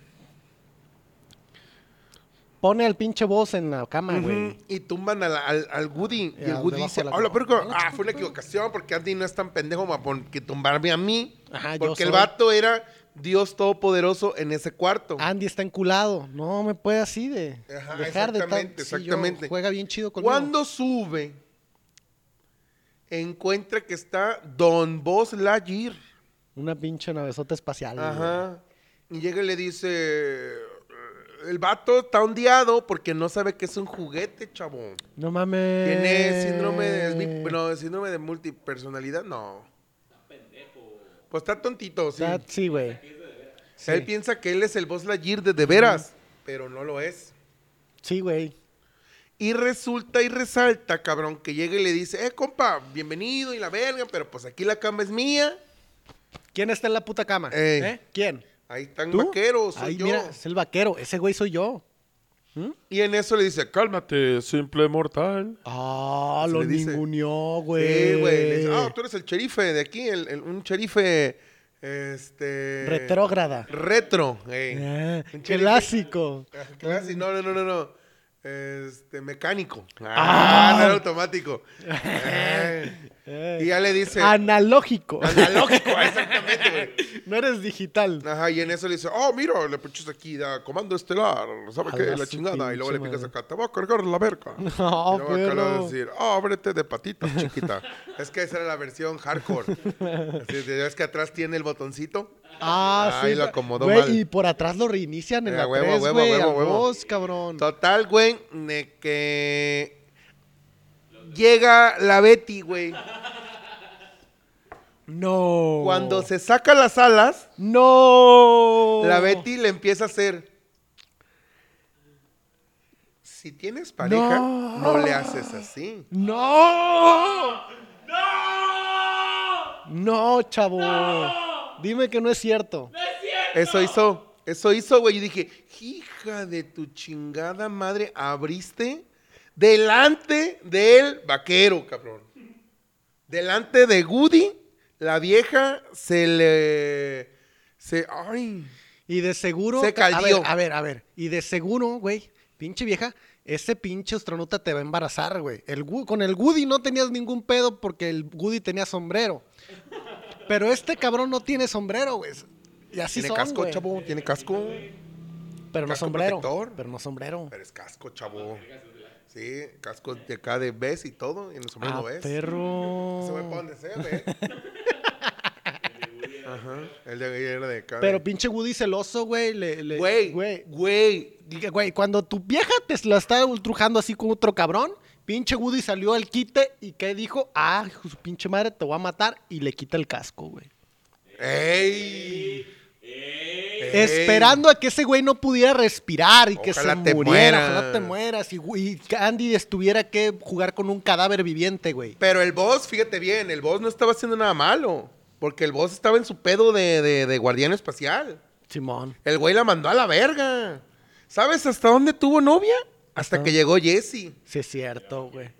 Speaker 3: Pone al pinche boss en la cama, güey.
Speaker 2: Ujú, Y tumban al, al, al Woody.
Speaker 3: Y
Speaker 2: Y el
Speaker 3: al
Speaker 2: Woody
Speaker 3: debajo
Speaker 2: dice,
Speaker 3: de la
Speaker 2: hola,
Speaker 3: cama.
Speaker 2: pero ah, fue una equivocación porque Andy no es tan pendejo como que tumbarme a mí.
Speaker 3: Ajá, yo
Speaker 2: porque el
Speaker 3: soy.
Speaker 2: vato era Dios Todopoderoso en ese cuarto.
Speaker 3: Andy está enculado. No me puede así de
Speaker 2: Ajá,
Speaker 3: dejar de tan-
Speaker 2: exactamente,
Speaker 3: sí, yo-
Speaker 2: exactamente.
Speaker 3: juega bien chido conmigo.
Speaker 2: Cuando sube, encuentra que está Don Bos Lightyear.
Speaker 3: Una pinche navezota espacial. güey.
Speaker 2: Ajá. Y llega y le dice, "Eh, el vato está ondeado porque no sabe que es un juguete, chabón.
Speaker 3: No mames. Eh,
Speaker 2: Tiene síndrome de, es mi- no, síndrome de multipersonalidad, no. Pues está tontito, sí.
Speaker 3: That- Sí, güey. Sí.
Speaker 2: Él piensa que él es el Buzz Lightyear de de veras, pero no lo es.
Speaker 3: Sí, güey.
Speaker 2: Y resulta y resalta, cabrón, que llega y le dice, eh, compa, bienvenido y la verga, pero pues aquí la cama es mía.
Speaker 3: ¿Quién está en la puta cama?
Speaker 2: Ey.
Speaker 3: ¿Eh? ¿Quién?
Speaker 2: Ahí están
Speaker 3: ¿Tú?
Speaker 2: vaqueros, soy
Speaker 3: Ay,
Speaker 2: yo.
Speaker 3: mira, es el vaquero. Ese güey soy yo.
Speaker 2: Y en eso le dice, calma.
Speaker 4: Cálmate, simple mortal.
Speaker 3: Ah,
Speaker 2: Así
Speaker 3: lo
Speaker 2: le dice.
Speaker 3: ninguneó, güey.
Speaker 2: Sí, güey. Le dice,
Speaker 3: Pues,
Speaker 2: Ah, tú eres el cherife de aquí, el- el- un cherife, este...
Speaker 3: Retrógrada.
Speaker 2: Retro, eh.
Speaker 3: Ah,
Speaker 2: Un cherife- *laughs*
Speaker 3: clásico.
Speaker 2: Ah, claro, sí, No, no, no, no, no. Este, mecánico. Ah, no era
Speaker 3: *laughs*
Speaker 2: automático. Eh, y ya le dice.
Speaker 3: Ah, Analógico.
Speaker 2: Analógico, *laughs* exactamente, güey.
Speaker 3: *laughs* No eres digital.
Speaker 2: Ajá, y en eso le dice, oh, mira, le pinches aquí, da, comando estelar, ¿sabe
Speaker 3: A
Speaker 2: qué?
Speaker 3: la
Speaker 2: La
Speaker 3: su
Speaker 2: chingada. Y luego le
Speaker 3: pinche
Speaker 2: picas
Speaker 3: madre.
Speaker 2: acá, te voy a cargar la
Speaker 3: *laughs*
Speaker 2: verga.
Speaker 3: No,
Speaker 2: y luego acá le va a
Speaker 3: pero-
Speaker 2: decir, oh, ábrete de patitas, chiquita. *laughs* es que esa era la versión hardcore.
Speaker 3: *laughs*
Speaker 2: Así, de- es que atrás tiene el botoncito.
Speaker 3: Ah,
Speaker 2: Ay,
Speaker 3: sí.
Speaker 2: lo acomodó
Speaker 3: Güey,
Speaker 2: mal.
Speaker 3: Y por atrás lo reinician en
Speaker 2: Eh,
Speaker 3: la
Speaker 2: huevo,
Speaker 3: 3,
Speaker 2: huevo,
Speaker 3: güey,
Speaker 2: huevo,
Speaker 3: al
Speaker 2: huevo.
Speaker 3: dos, cabrón.
Speaker 2: Total, güey, de que llega la Betty, güey.
Speaker 3: No.
Speaker 2: Cuando se saca las alas,
Speaker 3: No.
Speaker 2: la Betty le empieza a hacer. Si tienes pareja,
Speaker 3: No.
Speaker 2: no le haces así.
Speaker 3: No. No. No, chavo. Dime que no es cierto.
Speaker 2: Eso hizo, eso hizo, güey. Yo dije, hija de tu chingada madre, abriste delante del vaquero, cabrón. Delante de Woody, la vieja se le... Se... Ay.
Speaker 3: Y de seguro.
Speaker 2: Se
Speaker 3: a ver,
Speaker 2: caldió.
Speaker 3: a ver, a ver. Y de seguro, güey, pinche vieja, ese pinche astronauta te va a embarazar, güey. El, Gu- con el Woody no tenías ningún pedo porque el Woody tenía sombrero. Pero este cabrón no tiene sombrero, güey. Y así
Speaker 2: tiene
Speaker 3: son,
Speaker 2: casco,
Speaker 3: güey.
Speaker 2: chavo, tiene casco.
Speaker 3: Pero no
Speaker 2: casco
Speaker 3: sombrero.
Speaker 2: protector.
Speaker 3: Pero no sombrero.
Speaker 2: Pero es casco, chavo. Sí, casco de acá de ves y todo, y en los hombres
Speaker 3: Ah,
Speaker 2: no ves.
Speaker 3: perro.
Speaker 2: Se va para donde sea, güey.
Speaker 3: *laughs*
Speaker 2: Ajá. El de era de acá.
Speaker 3: Pero
Speaker 2: de-
Speaker 3: pinche Woody celoso, güey. le- le-
Speaker 2: Güey,
Speaker 3: güey.
Speaker 2: güey,
Speaker 3: Dije, Güey, cuando tu vieja te la está ultrujando así con otro cabrón, pinche Woody salió al quite y que dijo, ah, hijo de su pinche madre, te voy a matar y le quita el casco, güey.
Speaker 2: ¡Ey! ¡Ey!
Speaker 3: Esperando a que ese güey no pudiera respirar y que se
Speaker 2: Ojalá te
Speaker 3: muriera, ojalá
Speaker 2: mueras.
Speaker 3: te mueras y, güey, y que Andy estuviera que jugar con un cadáver viviente, güey.
Speaker 2: Pero el boss, fíjate bien, el boss no estaba haciendo nada malo. Porque el boss estaba en su pedo de, de, de guardián espacial.
Speaker 3: Simón.
Speaker 2: El güey la mandó a la verga. ¿Sabes hasta dónde tuvo novia? Hasta
Speaker 3: Ajá.
Speaker 2: que llegó Jesse.
Speaker 3: Sí, es cierto, güey.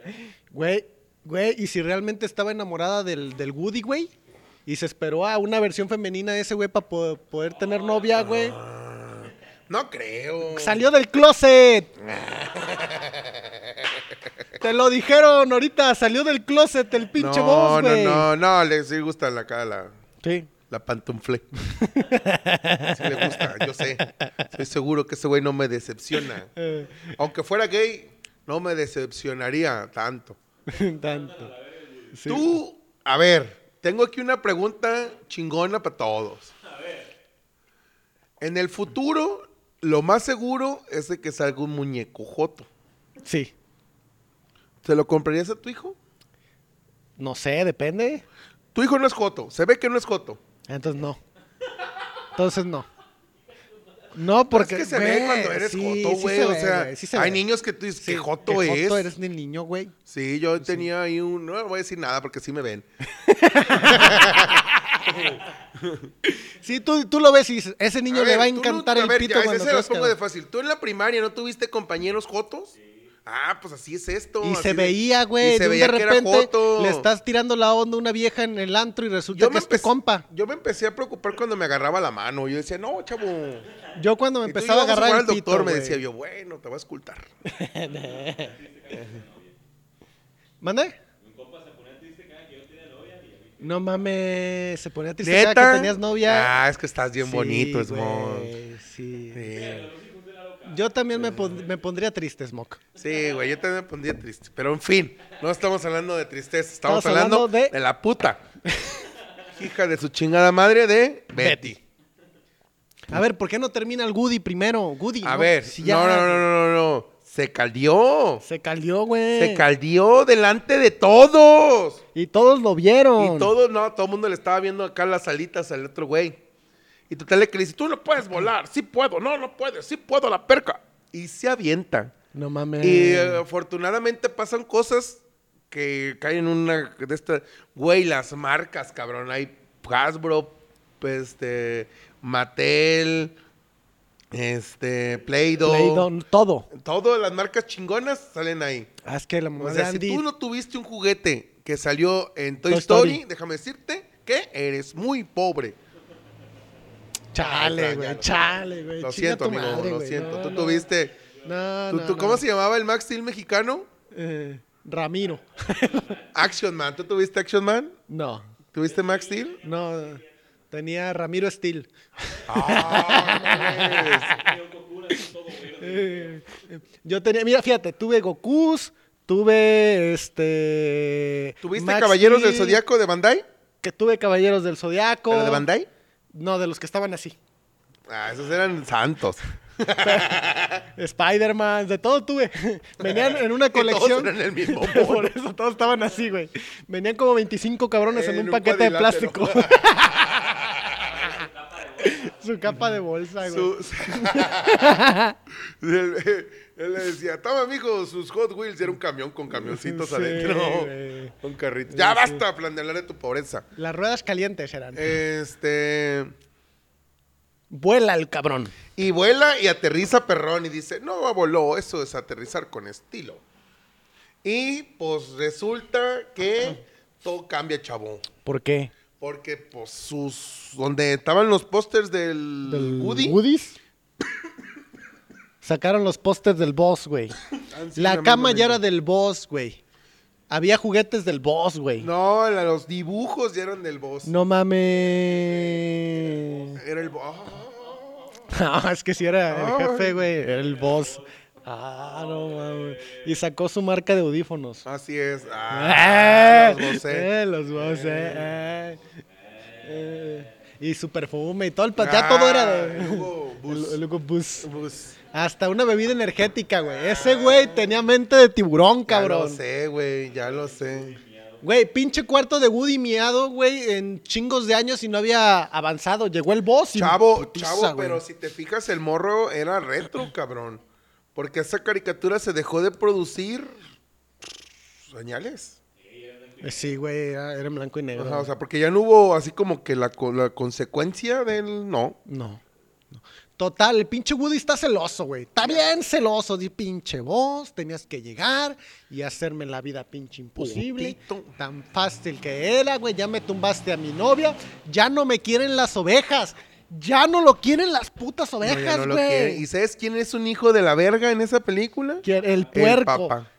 Speaker 3: Güey, güey, y si realmente estaba enamorada del, del Woody, güey, y se esperó a una versión femenina de ese güey para poder tener novia, güey.
Speaker 2: No creo.
Speaker 3: Salió del closet. Te lo dijeron ahorita, salió del closet el pinche
Speaker 2: no,
Speaker 3: boss,
Speaker 2: No,
Speaker 3: güey.
Speaker 2: no, no, le sí gusta la cara, la,
Speaker 3: Sí.
Speaker 2: la pantufle. Sí le gusta, yo sé. Estoy seguro que ese güey no me decepciona.
Speaker 3: *laughs* Eh,
Speaker 2: Aunque fuera gay, no me decepcionaría tanto.
Speaker 3: *laughs* tanto. Sí.
Speaker 2: Tú, a ver, tengo aquí una pregunta chingona para todos. En el futuro, lo más seguro es de que salga un muñeco joto.
Speaker 3: Sí.
Speaker 2: ¿Se lo comprarías a tu hijo?
Speaker 3: No sé, depende.
Speaker 2: Tu hijo no es joto, se ve que no es joto.
Speaker 3: Entonces no. Entonces no. No, porque.
Speaker 2: Pues es que se
Speaker 3: güey,
Speaker 2: ve cuando eres
Speaker 3: sí, sí
Speaker 2: joto,
Speaker 3: se
Speaker 2: güey. o
Speaker 3: ve,
Speaker 2: sea,
Speaker 3: güey, sí se
Speaker 2: hay
Speaker 3: ve.
Speaker 2: niños que tú dices,
Speaker 3: Sí,
Speaker 2: ¿qué joto
Speaker 3: qué
Speaker 2: es?
Speaker 3: joto eres ni niño, güey.
Speaker 2: Sí, yo tenía ahí un... No voy a decir nada porque sí me ven.
Speaker 3: Sí, tú, tú lo ves y dices, ese niño
Speaker 2: A
Speaker 3: le
Speaker 2: ver,
Speaker 3: va a
Speaker 2: tú no-
Speaker 3: encantar
Speaker 2: a
Speaker 3: el
Speaker 2: ver,
Speaker 3: pito
Speaker 2: ya, ese
Speaker 3: cuando
Speaker 2: se los
Speaker 3: crezca,
Speaker 2: pongo
Speaker 3: güey.
Speaker 2: de fácil. ¿Tú en la primaria no tuviste compañeros jotos? Ah, pues así es esto.
Speaker 3: Y
Speaker 2: así
Speaker 3: se
Speaker 2: de-
Speaker 3: veía, güey.
Speaker 2: y
Speaker 3: de
Speaker 2: se
Speaker 3: un
Speaker 2: veía
Speaker 3: de
Speaker 2: que era
Speaker 3: repente
Speaker 2: joto.
Speaker 3: le estás tirando la onda a una vieja en el antro y resulta
Speaker 2: Yo
Speaker 3: que
Speaker 2: me,
Speaker 3: es tu
Speaker 2: empecé,
Speaker 3: compa.
Speaker 2: yo me empecé a preocupar cuando me agarraba la mano. Yo decía, no, chavo. Me
Speaker 3: Yo cuando me empezaba a agarrar el
Speaker 2: al
Speaker 3: pito,
Speaker 2: doctor, me
Speaker 3: güey.
Speaker 2: decía yo, bueno, te voy a escultar.
Speaker 3: ¿Mande? No mames, se ponía triste
Speaker 2: ¿Neta?
Speaker 3: cada "Ah, que tenías novia.
Speaker 2: Ah, es que estás bien
Speaker 3: Sí,
Speaker 2: bonito,
Speaker 3: güey,
Speaker 2: Smoke.
Speaker 3: Sí.
Speaker 2: Sí.
Speaker 3: Yo también me, pon- me pondría triste, Smoke.
Speaker 2: Sí, güey, yo también me pondría triste. Pero en fin, no estamos hablando de tristeza, estamos,
Speaker 3: Estamos
Speaker 2: hablando,
Speaker 3: hablando de-
Speaker 2: de... la puta. Hija de su chingada madre de Betty.
Speaker 3: A ver, ¿por qué no termina el Goody primero? Goody.
Speaker 2: A ver,
Speaker 3: Si ya
Speaker 2: no, no, no, no, no, no. Se caldió.
Speaker 3: Se caldió, güey.
Speaker 2: Se caldió delante de todos.
Speaker 3: Y todos lo vieron.
Speaker 2: Y todos, no, todo el mundo le estaba viendo acá las alitas al otro güey. Y total le que le dice, tú no puedes volar, sí puedo, no, no puedes, sí puedo la perca. Y se avienta.
Speaker 3: No mames.
Speaker 2: Y eh, afortunadamente pasan cosas que caen en una de estas, güey, las marcas, cabrón. Hay Hasbro, este, Mattel, este, Play-Doh.
Speaker 3: Play Doh, todo.
Speaker 2: Todas las marcas chingonas salen ahí.
Speaker 3: Ah, es que la mamá
Speaker 2: O sea,
Speaker 3: de
Speaker 2: si
Speaker 3: Andy.
Speaker 2: tú no tuviste un juguete que salió en Toy,
Speaker 3: Toy
Speaker 2: Story,
Speaker 3: Story.
Speaker 2: déjame decirte que eres muy pobre.
Speaker 3: Chale,
Speaker 2: Ya,
Speaker 3: güey.
Speaker 2: ya,
Speaker 3: Chale, güey.
Speaker 2: Lo
Speaker 3: Chinga
Speaker 2: siento,
Speaker 3: tu
Speaker 2: amigo,
Speaker 3: madre,
Speaker 2: lo
Speaker 3: güey.
Speaker 2: siento.
Speaker 3: No,
Speaker 2: Tú
Speaker 3: no.
Speaker 2: tuviste
Speaker 3: No,
Speaker 2: ¿Tú-
Speaker 3: no,
Speaker 2: tú-
Speaker 3: no.
Speaker 2: ¿Cómo se llamaba el Max Steel mexicano?
Speaker 3: Eh,
Speaker 2: *laughs*
Speaker 3: Ramiro.
Speaker 2: Action Man. ¿Tú tuviste Action Man?
Speaker 3: no,
Speaker 2: ¿Tuviste Max Steel?
Speaker 3: no. Tenía Ramiro Steel. Eh, eh, yo tenía, mira, fíjate, tuve Gokus, tuve este.
Speaker 2: ¿Tuviste
Speaker 3: Max
Speaker 2: Caballeros del
Speaker 3: Steel,
Speaker 2: Zodíaco de Bandai?
Speaker 3: Que tuve Caballeros del Zodiaco.
Speaker 2: ¿Pero de Bandai?
Speaker 3: No, de los que estaban así.
Speaker 2: Ah, esos eran santos.
Speaker 3: Spider-Man, de todo tuve. *laughs* Venían
Speaker 2: *laughs*
Speaker 3: en una
Speaker 2: Que todos
Speaker 3: colección.
Speaker 2: eran el
Speaker 3: *laughs*
Speaker 2: mismo
Speaker 3: Por eso todos estaban así, güey. Venían como 25 cabrones en,
Speaker 2: En
Speaker 3: un,
Speaker 2: un
Speaker 3: paquete de
Speaker 2: cuadrilátero.
Speaker 3: plástico. *laughs* Su capa de bolsa, güey.
Speaker 2: Su- *laughs* Él, él le decía, toma, mijo, sus Hot Wheels. Era un camión con camioncitos
Speaker 3: Sí,
Speaker 2: adentro.
Speaker 3: güey.
Speaker 2: Un carrito. Ya basta, plan de hablar de tu pobreza.
Speaker 3: Las ruedas calientes eran.
Speaker 2: Este...
Speaker 3: Vuela el cabrón.
Speaker 2: Y vuela y aterriza perrón y dice, no, voló, eso es aterrizar con estilo. Y pues resulta que todo cambia, chavo.
Speaker 3: ¿Por qué?
Speaker 2: Porque pues sus... Donde estaban los pósters del, Woody.
Speaker 3: Woodies? Sacaron los pósters del boss, güey. La cama ya era del boss, güey. Había juguetes del boss, güey. No,
Speaker 2: No, la- los dibujos ya eran del boss.
Speaker 3: mames.
Speaker 2: Era el ah, boss.
Speaker 3: *laughs* No, es que si era
Speaker 2: Ah,
Speaker 3: el jefe, güey. Era el boss. Ah, no mames. Y sacó su marca de audífonos.
Speaker 2: Así es. Ah,
Speaker 3: Ah,
Speaker 2: los bocé.
Speaker 3: eh, los Bose, eh, eh. Y su perfume y todo el pa- Ya todo era de.
Speaker 2: Ah, Hugo Bus.
Speaker 3: *laughs* El- el Hugo Bus.
Speaker 2: Bus.
Speaker 3: Hasta una bebida energética, güey. Ese güey tenía mente de
Speaker 2: Ya
Speaker 3: tiburón,
Speaker 2: lo
Speaker 3: cabrón.
Speaker 2: sé, güey, ya lo sé.
Speaker 3: Güey, pinche cuarto de Woody miado, güey, en chingos de años y no había avanzado. Llegó el boss. y
Speaker 2: Chavo,
Speaker 3: putiza,
Speaker 2: chavo,
Speaker 3: güey.
Speaker 2: pero si te fijas, el morro era
Speaker 3: *clears throat*
Speaker 2: retro, cabrón. Porque esa caricatura se dejó de producir. Señales.
Speaker 3: Eh, Sí, güey, era, era en blanco y negro.
Speaker 2: Ajá, o sea, porque ya no hubo así como que la, co- la consecuencia del no.
Speaker 3: No. no. Total, el pinche Woody está celoso, güey. Está bien celoso. Di pinche vos, tenías que llegar y hacerme la vida pinche imposible.
Speaker 2: Putito.
Speaker 3: Tan fácil que era, güey. Ya me tumbaste a mi novia. Ya no me quieren las ovejas. Ya no lo quieren las putas
Speaker 2: No, ya
Speaker 3: ovejas,
Speaker 2: no lo quiere.
Speaker 3: güey.
Speaker 2: ¿Y sabes quién es un hijo de la verga en esa película?
Speaker 3: Quiere- el
Speaker 2: El
Speaker 3: puerco.
Speaker 2: papa.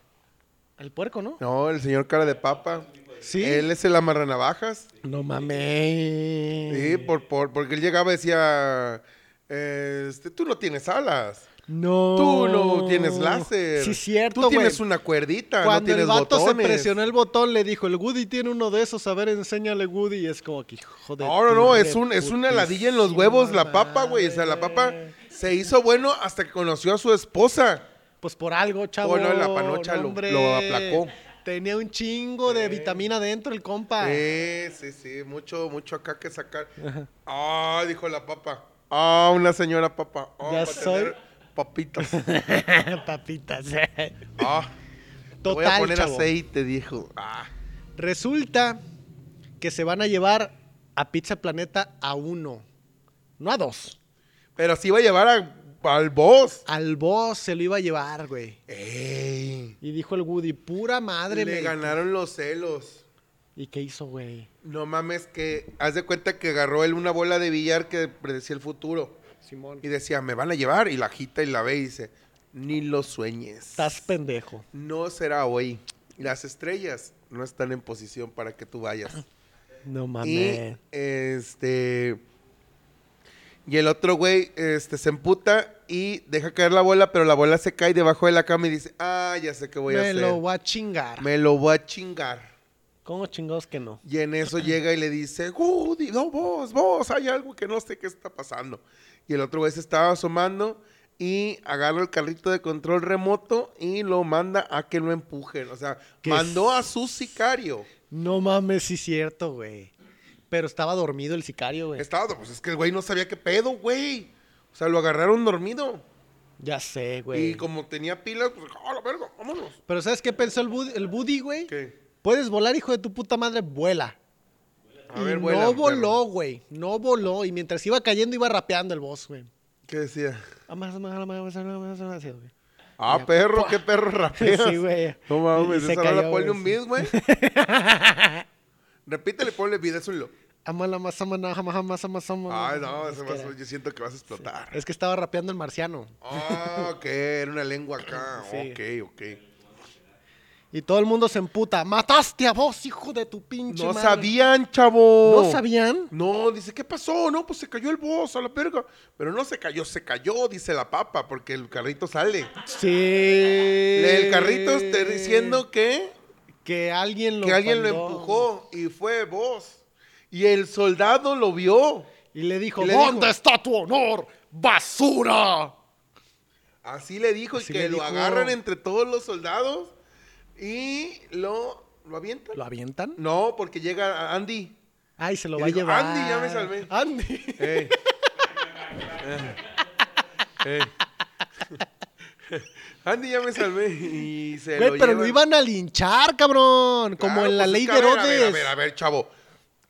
Speaker 3: El, puerco, ¿no?
Speaker 2: No, el señor cara de papa.
Speaker 3: Sí.
Speaker 2: Él es el amarranavajas.
Speaker 3: No mames.
Speaker 2: Sí, por, por, porque él llegaba y decía, este, tú no tienes alas.
Speaker 3: No.
Speaker 2: Tú no tienes láser.
Speaker 3: Sí, cierto,
Speaker 2: Tú
Speaker 3: güey.
Speaker 2: tienes una cuerdita,
Speaker 3: Cuando
Speaker 2: no tienes
Speaker 3: el vato
Speaker 2: botones.
Speaker 3: se presionó el botón, le dijo, el Woody tiene uno de esos, a ver, enséñale Woody. Y es como que, joder.
Speaker 2: No, no, no, es, un, es una ladilla en los huevos la papa, güey. O sea, la papa se hizo bueno hasta que conoció a su esposa.
Speaker 3: Pues por algo, chavo.
Speaker 2: Oh, no, la panocha lo-
Speaker 3: hombre.
Speaker 2: lo aplacó.
Speaker 3: Tenía un chingo de vitamina dentro el compa.
Speaker 2: Sí, sí, sí, mucho, mucho acá que sacar. Ah, dijo la papa. Ah, una señora papa. Ah, para
Speaker 3: Ya soy.
Speaker 2: tener Papitas.
Speaker 3: *laughs* *laughs* Papitas.
Speaker 2: Ah, te voy a
Speaker 3: Total,
Speaker 2: poner
Speaker 3: chavo.
Speaker 2: aceite, dijo. Ah,
Speaker 3: Resulta que se van a llevar a Pizza Planeta a uno. No a dos.
Speaker 2: pero sí iba a llevar a- al boss.
Speaker 3: Al boss se lo iba a llevar, güey.
Speaker 2: Ey.
Speaker 3: Y dijo el Woody, pura madre.
Speaker 2: Le
Speaker 3: me-
Speaker 2: ganaron los celos.
Speaker 3: ¿Y qué hizo, güey?
Speaker 2: No mames que haz de cuenta que agarró él una bola de billar que predecía el futuro
Speaker 3: Simón.
Speaker 2: y decía, "Me van a llevar" y la agita y la ve y dice, "Ni lo sueñes.
Speaker 3: Estás pendejo.
Speaker 2: No será hoy. Las estrellas no están en posición para que tú vayas."
Speaker 3: No
Speaker 2: y
Speaker 3: mames.
Speaker 2: este y el otro güey este se emputa y deja caer la bola, pero la bola se cae debajo de la cama y dice, "Ah, ya sé qué voy a
Speaker 3: Me
Speaker 2: hacer.
Speaker 3: lo voy a chingar.
Speaker 2: Me lo voy a chingar."
Speaker 3: ¿Cómo chingados que no?
Speaker 2: Y en eso llega y le dice, Woody, no, vos, vos, hay algo que no sé qué está pasando. Y el otro güey se estaba asomando y agarra el carrito de control remoto y lo manda a que lo empujen. O sea,
Speaker 3: ¿Qué
Speaker 2: mandó
Speaker 3: es?
Speaker 2: a su sicario.
Speaker 3: No mames, sí cierto, güey. Pero estaba dormido el sicario, güey.
Speaker 2: Estaba, pues es que el güey no sabía qué pedo, güey. O sea, lo agarraron dormido.
Speaker 3: Ya sé, güey.
Speaker 2: Y como tenía pilas, pues, a la verga, vámonos.
Speaker 3: Pero ¿sabes qué pensó el Budi, el Woody, güey?
Speaker 2: ¿Qué?
Speaker 3: Puedes volar, hijo de tu puta madre, vuela.
Speaker 2: A
Speaker 3: Y
Speaker 2: ver,
Speaker 3: no
Speaker 2: vuela,
Speaker 3: voló,
Speaker 2: perro.
Speaker 3: güey. No voló. Y mientras iba cayendo, iba rapeando el boss, güey.
Speaker 2: ¿Qué decía?
Speaker 3: Así, güey.
Speaker 2: Ah, perro, qué
Speaker 3: *laughs*
Speaker 2: perro rapeas.
Speaker 3: Sí, güey.
Speaker 2: No
Speaker 3: Y- y
Speaker 2: mames,
Speaker 3: se
Speaker 2: esa rola
Speaker 3: cayó,
Speaker 2: ponle
Speaker 3: güey,
Speaker 2: un
Speaker 3: sí. *laughs*
Speaker 2: beat, güey. Repítele, ponle beat, es un lo.
Speaker 3: Amala, masamana, jama, jama, sama, sama.
Speaker 2: Ay, no,
Speaker 3: Es
Speaker 2: se
Speaker 3: que
Speaker 2: me-
Speaker 3: era-
Speaker 2: yo siento que vas a
Speaker 3: *laughs*
Speaker 2: explotar.
Speaker 3: Es que estaba rapeando el marciano.
Speaker 2: Ah, ok, era una lengua acá.
Speaker 3: Sí.
Speaker 2: Ok, ok.
Speaker 3: Y todo el mundo se emputa. ¡Mataste a vos, hijo de tu pinche
Speaker 2: No
Speaker 3: madre!
Speaker 2: sabían, chavo.
Speaker 3: ¿No sabían?
Speaker 2: No, dice, ¿qué pasó? No, pues se cayó el boss a la verga. Pero no se cayó, se cayó, dice la papa, porque el carrito sale.
Speaker 3: Sí. Eh.
Speaker 2: El carrito está diciendo que,
Speaker 3: que alguien lo
Speaker 2: que alguien lo
Speaker 3: mandó.
Speaker 2: empujó y fue vos. Y el soldado lo vio.
Speaker 3: Y le dijo,
Speaker 2: Y le dijo-
Speaker 3: ¿dónde está tu honor, basura?
Speaker 2: Así le dijo y
Speaker 3: Así
Speaker 2: que
Speaker 3: le
Speaker 2: lo
Speaker 3: dijo.
Speaker 2: agarran entre todos los soldados y lo, lo avientan.
Speaker 3: ¿Lo avientan?
Speaker 2: No, porque llega Andy.
Speaker 3: Ay, se lo
Speaker 2: Y
Speaker 3: va
Speaker 2: dijo,
Speaker 3: a llevar.
Speaker 2: "Andy, ya me salvé".
Speaker 3: Andy.
Speaker 2: Ey. Eh.
Speaker 3: *laughs*
Speaker 2: Ey. *laughs* Andy ya me salvé y se
Speaker 3: Güey,
Speaker 2: lo
Speaker 3: pero lo
Speaker 2: llevan.
Speaker 3: iban a linchar, cabrón. como
Speaker 2: Claro,
Speaker 3: en la
Speaker 2: pues,
Speaker 3: ley
Speaker 2: es
Speaker 3: de
Speaker 2: que a ver,
Speaker 3: Herodes.
Speaker 2: A ver, a ver, a ver, chavo.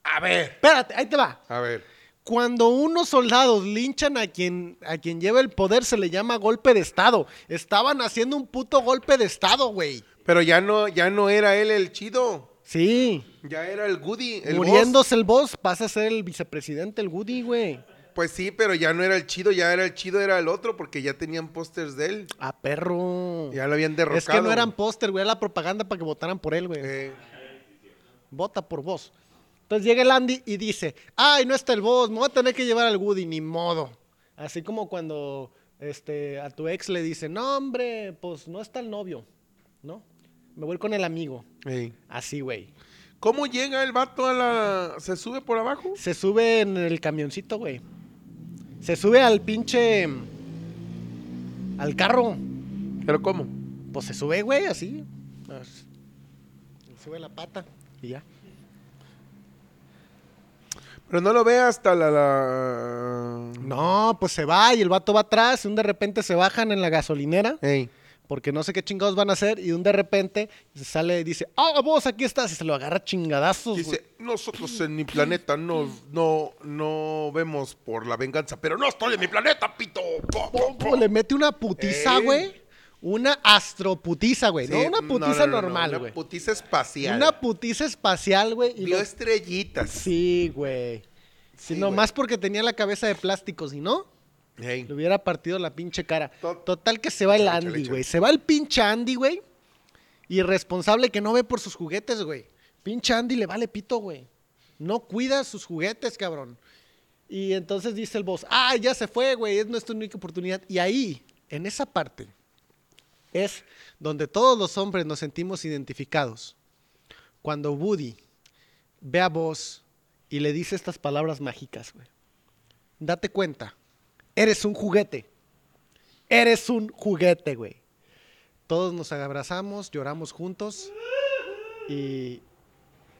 Speaker 2: A ver,
Speaker 3: Espérate, ahí te va.
Speaker 2: a ver.
Speaker 3: Cuando unos soldados linchan a quien, a quien lleva el poder, se le llama golpe de estado. Estaban haciendo un puto golpe de estado, güey.
Speaker 2: Pero ya no, ya no era él el chido.
Speaker 3: Sí.
Speaker 2: Ya era el Goody. El boss.
Speaker 3: Muriéndose el boss, pasa a ser el vicepresidente, el Woody, güey.
Speaker 2: Pues sí, pero ya no era el chido, ya era el chido, era el otro, porque ya tenían pósters de él.
Speaker 3: A perro.
Speaker 2: Ya lo habían derrocado.
Speaker 3: Es que no eran póster, güey, era la propaganda para que votaran por él, güey.
Speaker 2: Eh,
Speaker 3: Vota por vos. Entonces llega el Andy y dice, ay, no está el boss, me voy a tener que llevar al Woody, ni modo. Así como cuando este, a tu ex le dice, no, hombre, pues no está el novio, ¿no? Me voy con el amigo.
Speaker 2: eh.
Speaker 3: Así, güey.
Speaker 2: ¿Cómo llega el vato a la. ¿Se sube por abajo?
Speaker 3: Se sube en el camioncito, güey. Se sube al pinche... Al carro.
Speaker 2: ¿Pero cómo?
Speaker 3: Pues se sube, güey, así. As- Sube la pata y ya.
Speaker 2: Pero no lo ve hasta la. la...
Speaker 3: No, pues se va y el vato va atrás y un de repente se bajan en la gasolinera
Speaker 2: Ey.
Speaker 3: porque no sé qué chingados van a hacer y un de repente se sale y dice, ah, vos aquí estás y se lo agarra chingadazos. güey.
Speaker 2: Dice, nosotros en mi planeta no, no, no vemos por la venganza, pero no estoy en mi planeta, pito. Po, po, po.
Speaker 3: Pum, le mete una putiza,
Speaker 2: Ey.
Speaker 3: güey. Una astroputiza, güey.
Speaker 2: ¿Eh? Sí,
Speaker 3: no una
Speaker 2: no, no,
Speaker 3: putiza
Speaker 2: no,
Speaker 3: normal, güey.
Speaker 2: Una putiza espacial.
Speaker 3: una putiza espacial, güey. y
Speaker 2: Vio
Speaker 3: lo-
Speaker 2: estrellitas.
Speaker 3: Sí, güey. Sí,
Speaker 2: Sí, güey.
Speaker 3: nomás porque tenía la cabeza de plástico, si no...
Speaker 2: Ey.
Speaker 3: Le hubiera partido la pinche cara.
Speaker 2: Tot-
Speaker 3: Total que se va el
Speaker 2: Échale,
Speaker 3: Andy,
Speaker 2: échale.
Speaker 3: güey. Se va el pinche Andy, güey. Irresponsable que no ve por sus juguetes, güey. Pinche Andy le vale pito, güey. No cuida sus juguetes, cabrón. Y entonces dice el boss, ah, ya se fue, güey, es nuestra única oportunidad. Y ahí, en esa parte, es donde todos los hombres nos sentimos identificados. Cuando Woody ve a vos y le dice estas palabras mágicas, güey. Date cuenta, eres un juguete. Eres un juguete, güey. Todos nos abrazamos, lloramos juntos y,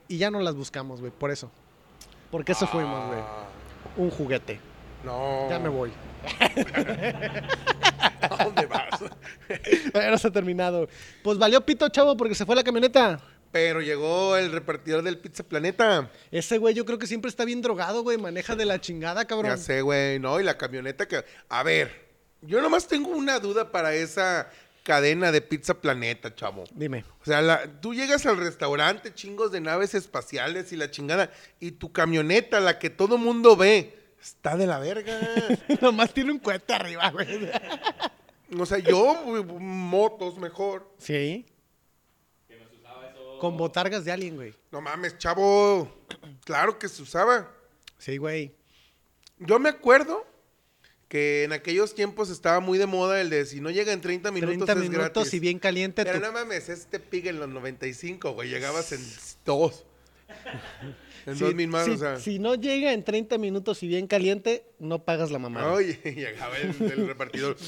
Speaker 3: y ya no las buscamos, güey, por eso. Porque eso fuimos, güey.
Speaker 2: Ah.
Speaker 3: Un juguete.
Speaker 2: No.
Speaker 3: Ya me *laughs* voy.
Speaker 2: ¿A dónde vas?
Speaker 3: Ya se ha terminado. Pues valió pito, chavo, porque se fue la camioneta.
Speaker 2: pero llegó el repartidor del Pizza Planeta.
Speaker 3: Ese güey yo creo que siempre está bien drogado, güey. Maneja de la chingada, cabrón.
Speaker 2: Ya sé, güey, no, y la camioneta que... A ver, yo nomás tengo una duda para esa cadena de Pizza Planeta, chavo.
Speaker 3: Dime. *laughs*
Speaker 2: O sea, la- tú llegas al restaurante, chingos de naves espaciales y la chingada, y tu camioneta, la que todo mundo ve, está de la
Speaker 3: *laughs*
Speaker 2: verga.
Speaker 3: Nomás tiene un cohete arriba, güey.
Speaker 2: O sea, yo, güey, motos mejor.
Speaker 3: Sí. Con botargas de alguien, güey.
Speaker 2: No mames, chavo. Claro que se usaba.
Speaker 3: Sí, güey.
Speaker 2: Yo me acuerdo que en aquellos tiempos estaba muy de moda el de si no llega en 30 minutos
Speaker 3: 30
Speaker 2: es
Speaker 3: minutos
Speaker 2: gratis.
Speaker 3: y bien caliente.
Speaker 2: Pero
Speaker 3: tu-
Speaker 2: no mames, este pig en los 95, güey, llegabas en dos. En
Speaker 3: si,
Speaker 2: dos mil más,
Speaker 3: si-
Speaker 2: o sea.
Speaker 3: si no llega en 30 minutos y bien caliente, no pagas la mamada.
Speaker 2: Oye, *laughs* llegaba el, el repartidor.
Speaker 3: *laughs*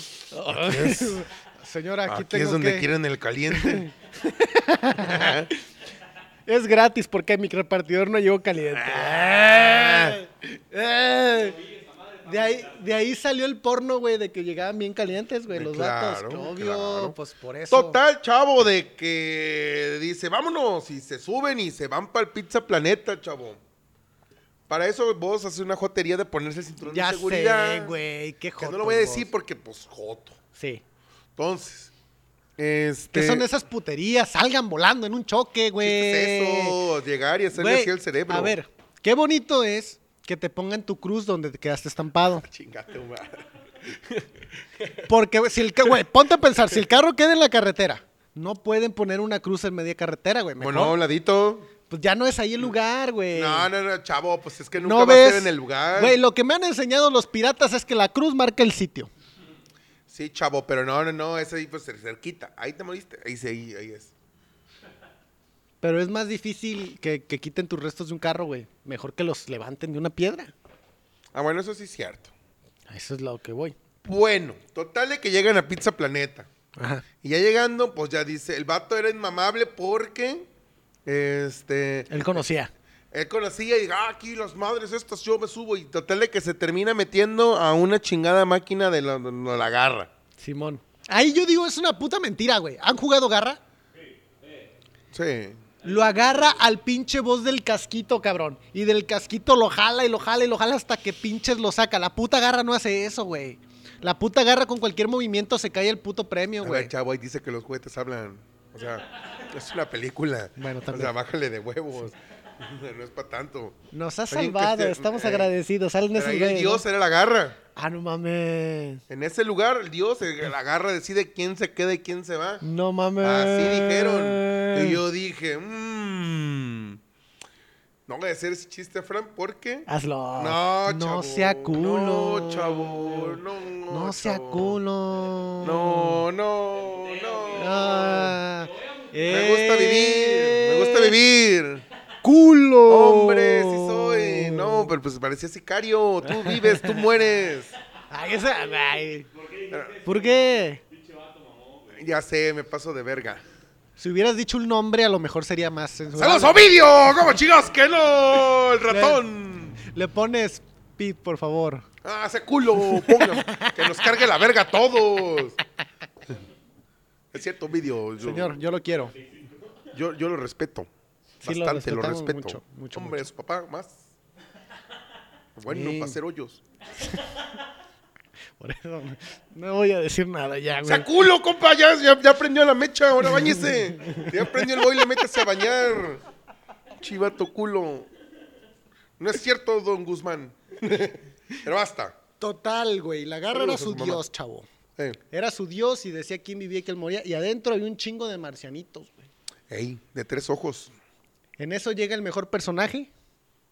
Speaker 3: Señora, aquí,
Speaker 2: Aquí,
Speaker 3: tengo
Speaker 2: es donde
Speaker 3: que-
Speaker 2: quieren el caliente.
Speaker 3: *laughs* Es gratis porque mi repartidor no llegó caliente.
Speaker 2: Ah.
Speaker 3: *laughs* Eh. De ahí, de ahí salió el porno, güey, de que llegaban bien calientes, güey, los datos.
Speaker 2: Claro,
Speaker 3: obvio,
Speaker 2: claro.
Speaker 3: pues por eso.
Speaker 2: Total, chavo, de que dice, vámonos, y se suben y se van para el Pizza Planeta, chavo. Para eso vos haces una jotería de ponerse el cinturón
Speaker 3: Ya
Speaker 2: de seguridad.
Speaker 3: sé, güey, qué
Speaker 2: Que
Speaker 3: joto.
Speaker 2: no lo voy a
Speaker 3: vos.
Speaker 2: decir porque, pues, joto.
Speaker 3: Sí.
Speaker 2: Entonces, este...
Speaker 3: ¿Qué son esas puterías? Salgan volando en un choque, güey.
Speaker 2: ¿qué es eso? Llegar y hacerle
Speaker 3: Güey,
Speaker 2: así al cerebro.
Speaker 3: A ver, Qué bonito es que te pongan tu cruz donde te quedaste estampado.
Speaker 2: Chingate, madre.
Speaker 3: Porque güey, si el ca- güey, ponte a pensar, si el carro queda en la carretera, no pueden poner una cruz en media carretera, güey. Mejor,
Speaker 2: Bueno, a un ladito.
Speaker 3: pues ya no es ahí el lugar, güey.
Speaker 2: No, no, no, chavo, pues es que nunca
Speaker 3: No
Speaker 2: va a
Speaker 3: ves.
Speaker 2: ser en el lugar.
Speaker 3: Güey, lo que me han enseñado los piratas es que la cruz marca el sitio.
Speaker 2: Sí, chavo, pero no, no, no, es ahí pues cerquita. Ahí te moriste. Ahí sí, ahí, ahí es.
Speaker 3: Pero es más difícil que, que quiten tus restos de un carro, güey. Mejor que los levanten de una piedra.
Speaker 2: Ah, bueno, eso sí es cierto.
Speaker 3: A Eso es lo que voy.
Speaker 2: Bueno, total de que llegan a Pizza Planeta.
Speaker 3: Ajá.
Speaker 2: Y ya llegando, pues ya dice, el vato era inmamable porque este
Speaker 3: Él conocía.
Speaker 2: él conocía y dijo, ah, aquí las madres estas yo me subo y total de que se termina metiendo a una chingada máquina de la, de la garra.
Speaker 3: Simón. Ahí yo digo, es una puta mentira, güey. ¿Han jugado garra?
Speaker 2: Sí.
Speaker 3: Lo agarra al pinche voz del casquito, cabrón. Y del casquito lo jala y lo jala y lo jala hasta que pinches lo saca. La puta garra no hace eso, güey. La puta garra con cualquier movimiento se cae el puto premio,
Speaker 2: A ver,
Speaker 3: güey.
Speaker 2: chavo, ahí dice que los juguetes hablan. O sea, es una película.
Speaker 3: Bueno,
Speaker 2: O sea,
Speaker 3: también.
Speaker 2: bájale de huevos. *laughs* No es para tanto.
Speaker 3: Nos ha
Speaker 2: Oye, que
Speaker 3: salvado,
Speaker 2: este-
Speaker 3: estamos
Speaker 2: eh,
Speaker 3: agradecidos. Salen
Speaker 2: Pero
Speaker 3: esos
Speaker 2: ahí el
Speaker 3: güeyes, ¿no?
Speaker 2: dios era la garra.
Speaker 3: Ah, no mames.
Speaker 2: En ese lugar, el dios, el- la garra decide quién se queda y quién se va.
Speaker 3: No mames.
Speaker 2: Así dijeron. Y yo dije, mmm. No voy a hacer ese chiste, Fran, porque.
Speaker 3: Hazlo.
Speaker 2: No,
Speaker 3: No
Speaker 2: chavo,
Speaker 3: sea culo.
Speaker 2: no, chavo, no,
Speaker 3: No sea
Speaker 2: chavo.
Speaker 3: culo.
Speaker 2: No, no, no.
Speaker 3: Ah,
Speaker 2: Me gusta vivir, me gusta
Speaker 3: eh,
Speaker 2: vivir.
Speaker 3: Culo.
Speaker 2: Hombre, sí soy.
Speaker 3: Oh.
Speaker 2: No, pero pues parecía sicario. Tú vives, tú mueres.
Speaker 3: Ay, esa, ay. ¿Por qué?
Speaker 2: Ya sé, me paso de verga.
Speaker 3: Si hubieras dicho un nombre, a lo mejor sería más sensual.
Speaker 2: ¡Saludos, Ovidio! ¿Cómo chicas? que no? ¡El ratón!
Speaker 3: Le pones Pip, por favor.
Speaker 2: ¡Ah, ese culo! Ponga, ¡Que nos cargue la verga a todos! Es cierto, Ovidio. Yo,
Speaker 3: Señor, yo lo quiero.
Speaker 2: Yo, yo lo respeto.
Speaker 3: Sí, lo
Speaker 2: bastante, lo,
Speaker 3: respetamos
Speaker 2: respeto.
Speaker 3: mucho, mucho,
Speaker 2: Hombre,
Speaker 3: mucho.
Speaker 2: su papá, más. Bueno,
Speaker 3: Sí.
Speaker 2: para hacer hoyos.
Speaker 3: Por eso no voy a decir nada ya, güey.
Speaker 2: ¡Sea culo, compa! Ya, ya, ya prendió la mecha, ahora bañese. Ya prendió el boiler, métase a bañar. Chivato culo. No es cierto, don Guzmán. Pero basta.
Speaker 3: Total, güey. La garra era
Speaker 2: Saludos a
Speaker 3: su
Speaker 2: su mamá.
Speaker 3: dios, chavo.
Speaker 2: Eh,
Speaker 3: Era su dios y decía quién vivía y quién moría. Y adentro había un chingo de marcianitos, güey.
Speaker 2: ey, de tres ojos.
Speaker 3: En eso llega el mejor personaje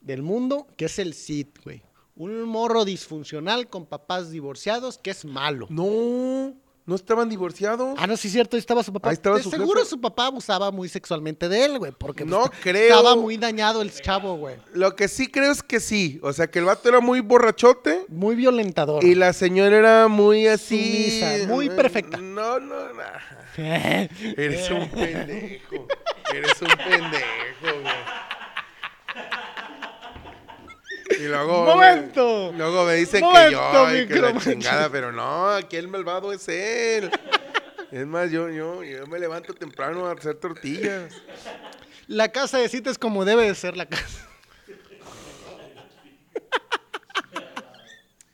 Speaker 3: del mundo, que es el Cid, güey. Un morro disfuncional con papás divorciados que es malo.
Speaker 2: No, no estaban divorciados.
Speaker 3: Ah, no, sí es cierto, ahí estaba su papá.
Speaker 2: Ahí estaba
Speaker 3: De
Speaker 2: su
Speaker 3: seguro
Speaker 2: jefe.
Speaker 3: su papá abusaba muy sexualmente de él, güey, porque
Speaker 2: No
Speaker 3: t-
Speaker 2: creo.
Speaker 3: estaba muy dañado el chavo, güey.
Speaker 2: Lo que sí creo es que sí. O sea, que el vato era muy borrachote
Speaker 3: Muy violentador.
Speaker 2: y la señora era muy así.
Speaker 3: Sumisa, muy perfecta. Eh.
Speaker 2: No, no, no. Eres un pendejo. Eres un pendejo, güey. Y luego.
Speaker 3: ¡Momento!
Speaker 2: me- Luego me dicen que yo,
Speaker 3: ¡Momento,
Speaker 2: ay, que la
Speaker 3: micromancha!
Speaker 2: chingada, pero no, aquí el malvado es él. Es más, yo, yo, yo me levanto temprano a hacer tortillas.
Speaker 3: *laughs* La casa de Cid es como debe de ser la casa.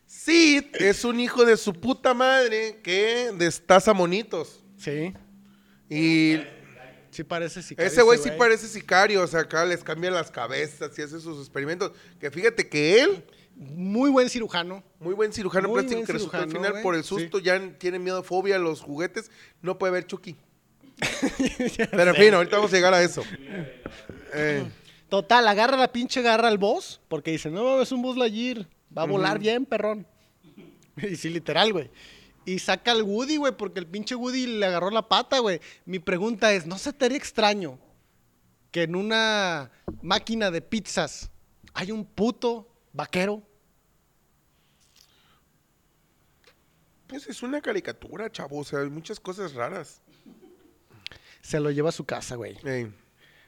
Speaker 2: Sid es un hijo de su puta madre que destaza monitos.
Speaker 3: Sí,
Speaker 2: Y
Speaker 3: sí parece sicario
Speaker 2: ese güey
Speaker 3: ese
Speaker 2: sí parece sicario, o sea, acá les cambia las cabezas y hace sus experimentos. Que fíjate que él,
Speaker 3: Muy buen cirujano.
Speaker 2: muy buen cirujano
Speaker 3: Muy
Speaker 2: plástico
Speaker 3: buen
Speaker 2: que resultó al
Speaker 3: cirujano,
Speaker 2: final
Speaker 3: güey,
Speaker 2: por el susto, ya tiene miedo, fobia a los juguetes, no puede ver Chucky.
Speaker 3: *laughs*
Speaker 2: Pero en fin, ahorita vamos a llegar a eso. Eh,
Speaker 3: Total, agarra la pinche garra al boss, porque dice, no, es un Buzz Lightyear, va a volar bien, perrón. *laughs* Y sí, literal, güey. Y saca al Woody, güey, porque el pinche Woody le agarró la pata, güey. Mi pregunta es, ¿no se te haría extraño que en una máquina de pizzas hay un puto vaquero?
Speaker 2: pues es una caricatura, chavo, o sea, hay muchas cosas raras.
Speaker 3: Se lo lleva a su casa, güey.
Speaker 2: Eh,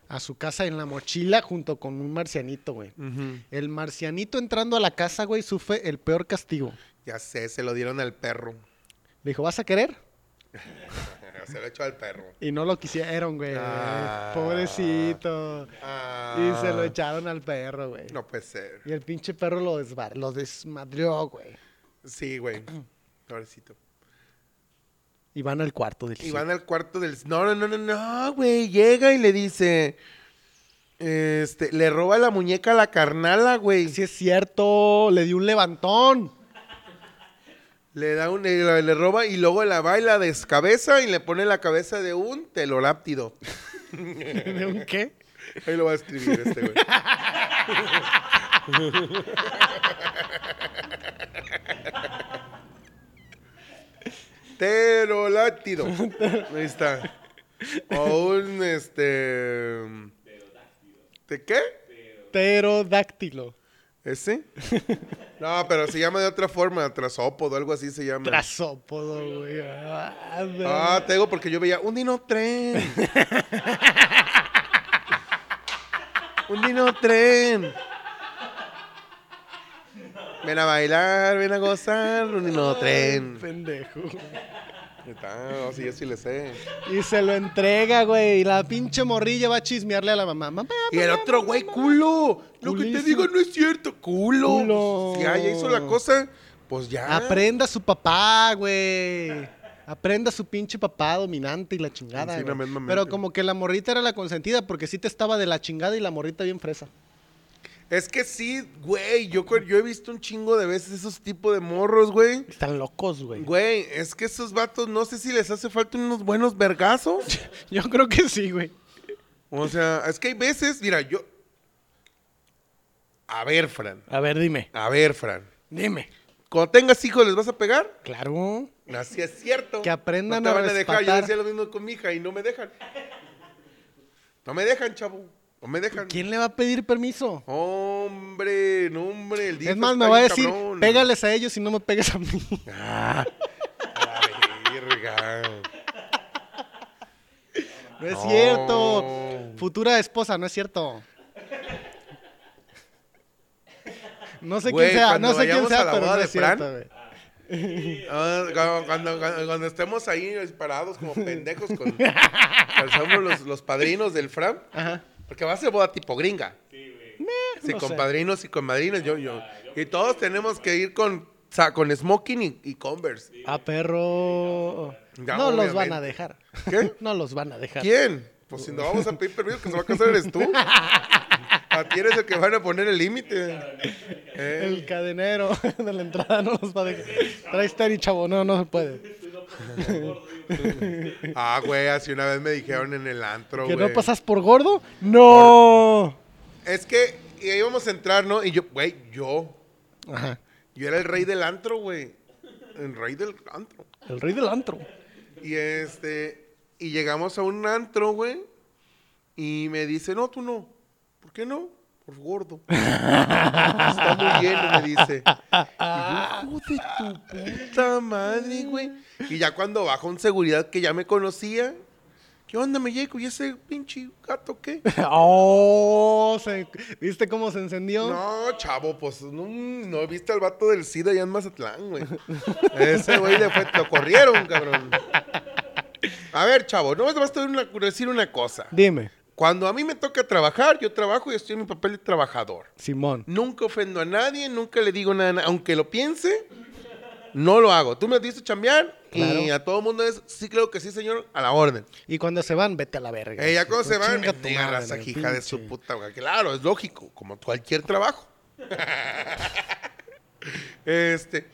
Speaker 3: A su casa en la mochila junto con un marcianito, güey.
Speaker 2: ujú.
Speaker 3: El marcianito entrando a la casa, güey, sufre el peor castigo.
Speaker 2: Ya sé, se lo dieron al perro. *laughs*
Speaker 3: Le dijo, ¿vas a querer?
Speaker 2: Se lo echó al perro.
Speaker 3: Y no lo quisieron, güey.
Speaker 2: Ah.
Speaker 3: Pobrecito. Y se lo echaron al perro, güey.
Speaker 2: No puede ser.
Speaker 3: Y el pinche perro lo, desbar lo desmadrió, güey.
Speaker 2: Sí, güey. Pobrecito.
Speaker 3: Y van al cuarto del
Speaker 2: Y van al cuarto del... No, no, no, no, no, güey. Llega y le dice... Este, le roba la muñeca a la carnala, güey.
Speaker 3: Sí es cierto, le di
Speaker 2: *laughs*
Speaker 3: un levantón.
Speaker 2: Le da un, le, le roba y luego la baila descabeza y le pone la cabeza de un teloráptido.
Speaker 3: ¿De un qué?
Speaker 2: Ahí lo va a escribir este güey. Teroláctido. Ahí está. O un este. ¿De qué?
Speaker 3: Pterodáctilo.
Speaker 2: ¿Ese? No, pero se llama de otra forma, trasópodo, algo así se llama.
Speaker 3: Trasópodo, güey. Ah, de- *laughs*
Speaker 2: Ah, te digo porque yo veía un dino tren. un dino tren. Ven a bailar, ven a gozar, un dino tren.
Speaker 3: Pendejo.
Speaker 2: Ahí Está, así yo sí le sé.
Speaker 3: Y se lo entrega, güey. Y la pinche morrilla va a chismearle a la mamá. Mamá,
Speaker 2: Y el otro güey, culo. Lo que te
Speaker 3: Culísimo.
Speaker 2: digo no es cierto, culo.
Speaker 3: Culo.
Speaker 2: Si ya ya hizo la cosa, pues ya.
Speaker 3: Aprenda a su papá, güey. Aprenda a su pinche papá dominante y la chingada.
Speaker 2: Sí,
Speaker 3: güey.
Speaker 2: no, mismamente.
Speaker 3: Pero como que la morrita era la consentida porque sí te estaba de la chingada y la morrita bien fresa.
Speaker 2: Es que sí, güey. Yo, cu- yo he visto un chingo de veces esos tipos de morros, güey.
Speaker 3: Están locos, güey. *laughs*
Speaker 2: Güey, es que esos vatos, no sé si les hace falta unos buenos vergazos.
Speaker 3: *laughs* Yo creo que sí, güey.
Speaker 2: O sea, es que hay veces, mira, yo. A ver, Fran.
Speaker 3: A ver, dime.
Speaker 2: A ver, Fran.
Speaker 3: Dime.
Speaker 2: Cuando tengas hijos, ¿les vas a pegar?
Speaker 3: Claro.
Speaker 2: Así es cierto.
Speaker 3: Que aprendan
Speaker 2: no te
Speaker 3: a
Speaker 2: van a dejar. Yo
Speaker 3: respetar.
Speaker 2: decía lo mismo con mi hija y no me dejan. No me dejan, chavo. No me dejan.
Speaker 3: ¿Quién le va a pedir permiso?
Speaker 2: Hombre, no, hombre. El día
Speaker 3: es más, me va a decir, pégales a ellos y no me pegues a mí. *laughs*
Speaker 2: Ah, la verga.
Speaker 3: No es
Speaker 2: No.
Speaker 3: cierto. Futura esposa, no es cierto. No sé
Speaker 2: Güey,
Speaker 3: quién sea,
Speaker 2: cuando
Speaker 3: no sé quién
Speaker 2: vayamos a
Speaker 3: sea,
Speaker 2: la
Speaker 3: pero
Speaker 2: boda
Speaker 3: no
Speaker 2: de
Speaker 3: es cierto,
Speaker 2: Fran.
Speaker 3: güey.
Speaker 2: Ah, cuando, cuando- cuando- cuando estemos ahí parados como pendejos con calzamos los, los padrinos del Fran.
Speaker 3: Ajá.
Speaker 2: Porque va a ser boda tipo gringa. Sí,
Speaker 3: no
Speaker 2: con
Speaker 3: sé.
Speaker 2: padrinos y con madrinas. Yo, yo. Y todos tenemos que ir con, o sea, con smoking y, y converse.
Speaker 3: A perro.
Speaker 2: Ya,
Speaker 3: no los van
Speaker 2: obviamente.
Speaker 3: a dejar.
Speaker 2: ¿Qué?
Speaker 3: *laughs* No los van a dejar.
Speaker 2: ¿Quién? Pues si no vamos a pedir permiso, que se va a casar eres tú. A ti eres el que van a poner el límite. Eh,
Speaker 3: El cadenero *laughs* de la entrada no los va a dejar. Trae Terry, chavo. No, no se puede.
Speaker 2: Ah, güey, así una vez me dijeron en el antro,
Speaker 3: ¿Que
Speaker 2: güey.
Speaker 3: no pasas por gordo? ¡No!
Speaker 2: Es que y ahí íbamos a entrar, ¿no? Y yo, güey, yo.
Speaker 3: Ajá.
Speaker 2: Yo era el rey del antro, güey. El rey del antro.
Speaker 3: El rey del
Speaker 2: *laughs*
Speaker 3: antro.
Speaker 2: Y este, y llegamos a un antro, güey. Y me dice, no, tú no. ¿Por qué no? Por gordo. Está muy lleno, me dice. Y yo, hijo de tu puta madre, güey. Y ya cuando bajó un seguridad que ya me conocía, ¿qué onda, me llego? ¿Y ese pinche gato qué?
Speaker 3: ¡Oh! se- ¿Viste cómo se encendió?
Speaker 2: No, chavo, pues no, no viste al vato del SIDA allá en Mazatlán, güey. Ese güey le fue, lo corrieron, cabrón. A ver, chavo, no vas a decir una cosa.
Speaker 3: Dime,
Speaker 2: Cuando a mí me toca trabajar, yo trabajo y estoy en mi papel de trabajador.
Speaker 3: Simón.
Speaker 2: Nunca ofendo a nadie, nunca le digo nada, a na- aunque lo piense, no lo hago. Tú me has visto chambear y
Speaker 3: Claro.
Speaker 2: a todo mundo es, sí, creo que sí, señor, a la orden.
Speaker 3: Y cuando se van, vete a la verga.
Speaker 2: Ella cuando
Speaker 3: Tú
Speaker 2: se van,
Speaker 3: Este, pues,
Speaker 2: este,
Speaker 3: chinga tu
Speaker 2: mendiga
Speaker 3: madre,
Speaker 2: raza
Speaker 3: güey,
Speaker 2: hija de su
Speaker 3: pinche.
Speaker 2: puta, güey. Claro, es lógico, como cualquier trabajo. *laughs* este,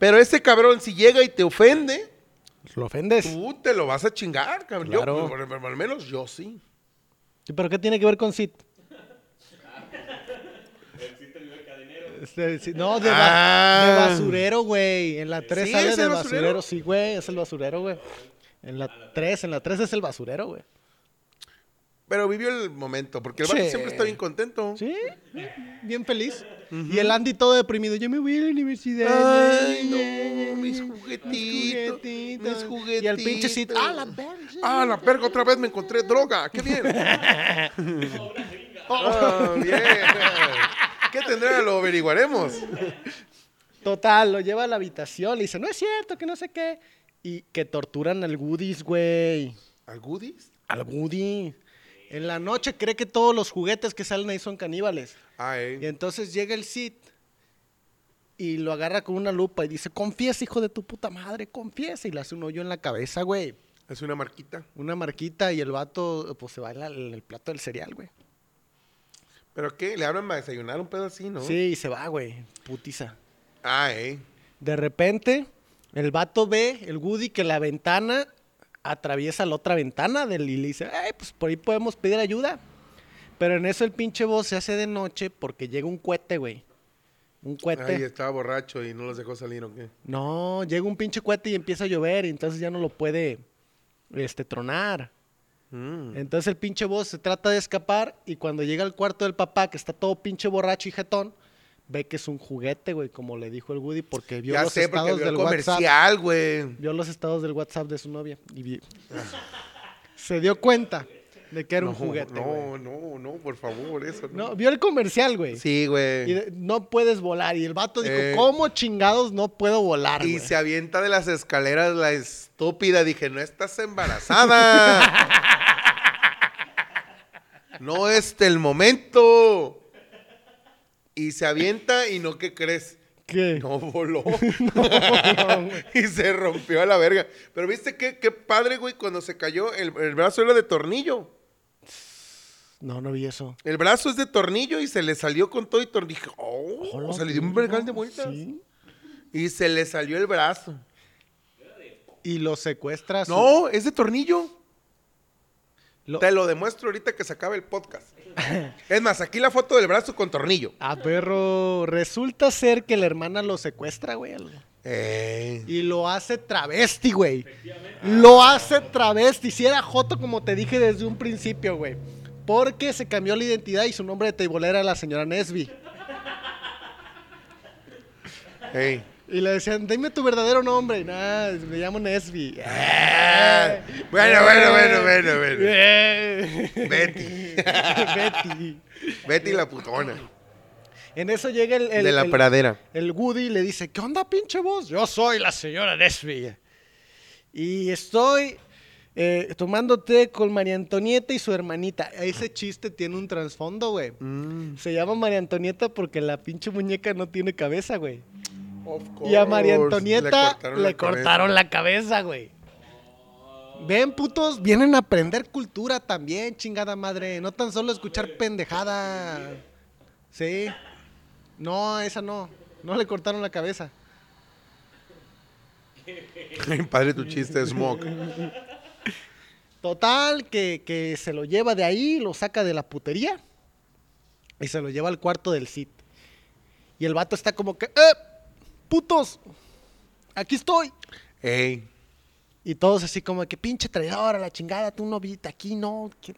Speaker 2: pero ese cabrón si llega y te ofende,
Speaker 3: ¿Lo ofendes?
Speaker 2: tú te lo vas a chingar, cabrón. Yo,
Speaker 3: Claro.
Speaker 2: por- por- al menos yo sí.
Speaker 3: Sí, ¿Pero qué tiene que ver con Sid? Este, sí, no, de, ba- de
Speaker 2: Ah.
Speaker 3: basurero, güey. En la 3
Speaker 2: ¿Sí
Speaker 3: sale
Speaker 2: es
Speaker 3: de
Speaker 2: el
Speaker 3: basurero?
Speaker 2: basurero?
Speaker 3: Sí, güey, es el basurero, güey. En la 3, en la 3 es el basurero, güey.
Speaker 2: Pero vivió el momento, porque el
Speaker 3: Sí.
Speaker 2: vato siempre está bien contento.
Speaker 3: ¿Sí? Bien feliz. Y el Andy todo deprimido. Yo me voy a la universidad.
Speaker 2: Ay,
Speaker 3: Ay,
Speaker 2: no, mis
Speaker 3: mis
Speaker 2: juguetitos. Mis juguetitos.
Speaker 3: Y el pinche Sid. ¡Ah, la verga!
Speaker 2: Ah, la perga, otra vez me encontré droga. ¡Qué bien!
Speaker 3: *laughs*
Speaker 2: Oh, bien. ¿Qué tendrá? Lo averiguaremos.
Speaker 3: Total, lo lleva a la habitación, le dice, no es cierto, que no sé qué. Y que torturan al Goodies, güey.
Speaker 2: ¿Al Goodies?
Speaker 3: Al Goody. En la noche cree que todos los juguetes que salen ahí son caníbales.
Speaker 2: Ah,
Speaker 3: Y
Speaker 2: eh.
Speaker 3: entonces llega el Cid y lo agarra con una lupa y dice, confiesa, hijo de tu puta madre, confiesa. Y le hace un hoyo en la cabeza, güey.
Speaker 2: Es una marquita.
Speaker 3: Una marquita y el vato, pues, se va en la- en el plato del cereal, güey.
Speaker 2: ¿Pero qué? ¿Le hablan para desayunar un pedo así, no?
Speaker 3: Sí, y se va, güey. Putiza.
Speaker 2: Ah, eh.
Speaker 3: De repente, el vato ve, el Woody, que la ventana atraviesa la otra ventana del y le dice, ay, pues por ahí podemos pedir ayuda. Pero en eso el pinche voz se hace de noche porque llega un cohete, güey. Un cohete.
Speaker 2: Ay, estaba borracho y no los dejó salir, ¿o qué?
Speaker 3: No, llega un pinche cohete y empieza a llover y entonces ya no lo puede este, tronar.
Speaker 2: Mm.
Speaker 3: Entonces el pinche boss se trata de escapar y cuando llega al cuarto del papá, que está todo pinche borracho y jetón, ve que es un juguete, güey, como le dijo el Woody, porque vio
Speaker 2: Ya
Speaker 3: los
Speaker 2: sé, porque
Speaker 3: estados
Speaker 2: vio el
Speaker 3: del WhatsApp.
Speaker 2: comercial, güey.
Speaker 3: Vio los estados del WhatsApp de su novia y vi- se dio cuenta de que era un juguete, güey.
Speaker 2: No, no, no, por favor, eso
Speaker 3: No.
Speaker 2: no.
Speaker 3: vio el comercial, güey.
Speaker 2: Sí, güey.
Speaker 3: Y de- no puedes volar. Y el vato dijo,
Speaker 2: Eh.
Speaker 3: ¿cómo chingados no puedo volar,
Speaker 2: Y
Speaker 3: güey?"
Speaker 2: se avienta de las escaleras la estúpida. Dije, no estás embarazada. *laughs* no es el momento. Y se avienta y no, ¿qué crees?
Speaker 3: ¿Qué?
Speaker 2: No voló.
Speaker 3: no, güey.
Speaker 2: *laughs* y se rompió a la verga. Pero viste qué, qué padre, güey, cuando se cayó, el, el brazo era de tornillo.
Speaker 3: *laughs* No, no vi eso.
Speaker 2: El brazo es de tornillo y se le salió con todo y tornillo. Dije, oh,
Speaker 3: Hola,
Speaker 2: o sea, le dio un
Speaker 3: mira,
Speaker 2: vergal de vueltas.
Speaker 3: sí.
Speaker 2: Y se le salió el brazo.
Speaker 3: Y lo secuestra. a su-
Speaker 2: No, es de tornillo.
Speaker 3: lo-
Speaker 2: Te lo demuestro ahorita que se acabe el podcast.
Speaker 3: *laughs*
Speaker 2: es más, aquí la foto del brazo con tornillo.
Speaker 3: A Ah, perro, resulta ser que la hermana lo secuestra, güey. al-
Speaker 2: Eh,
Speaker 3: Y lo hace travesti, güey. Lo hace travesti. Si era Joto, como te dije desde un principio, güey. Porque se cambió la identidad y su nombre de teibolera era la señora Nesby.
Speaker 2: ey.
Speaker 3: Y le decían, dime tu verdadero nombre. Y nada, me llamo Nesby.
Speaker 2: Ah, Bueno, bueno, bueno, bueno, bueno.
Speaker 3: Eh. Betty.
Speaker 2: Betty.
Speaker 3: *laughs* Betty.
Speaker 2: Betty la putona.
Speaker 3: En eso llega el, el-
Speaker 2: de la
Speaker 3: el-
Speaker 2: pradera.
Speaker 3: El Woody le dice, ¿qué onda, pinche vos? Yo soy la señora Nesby. Y estoy eh, tomando té con María Antonieta y su hermanita. Ese chiste tiene un trasfondo, güey. Se llama María Antonieta porque la pinche muñeca no tiene cabeza, güey. Y a María Antonieta le cortaron la cabeza, güey. Ven, putos, vienen a aprender cultura también, chingada madre. No tan solo escuchar pendejada. Sí. No, esa no. No le cortaron la cabeza.
Speaker 2: Ay, padre, tu chiste, Smoke.
Speaker 3: Total, que, que se lo lleva de ahí, lo saca de la putería y se lo lleva al cuarto del Cid. Y el vato está como que, ¡eh! ¡Putos! ¡Aquí estoy!
Speaker 2: Ey.
Speaker 3: Y todos así como que pinche traidor a la chingada, tú no viste aquí, no. que-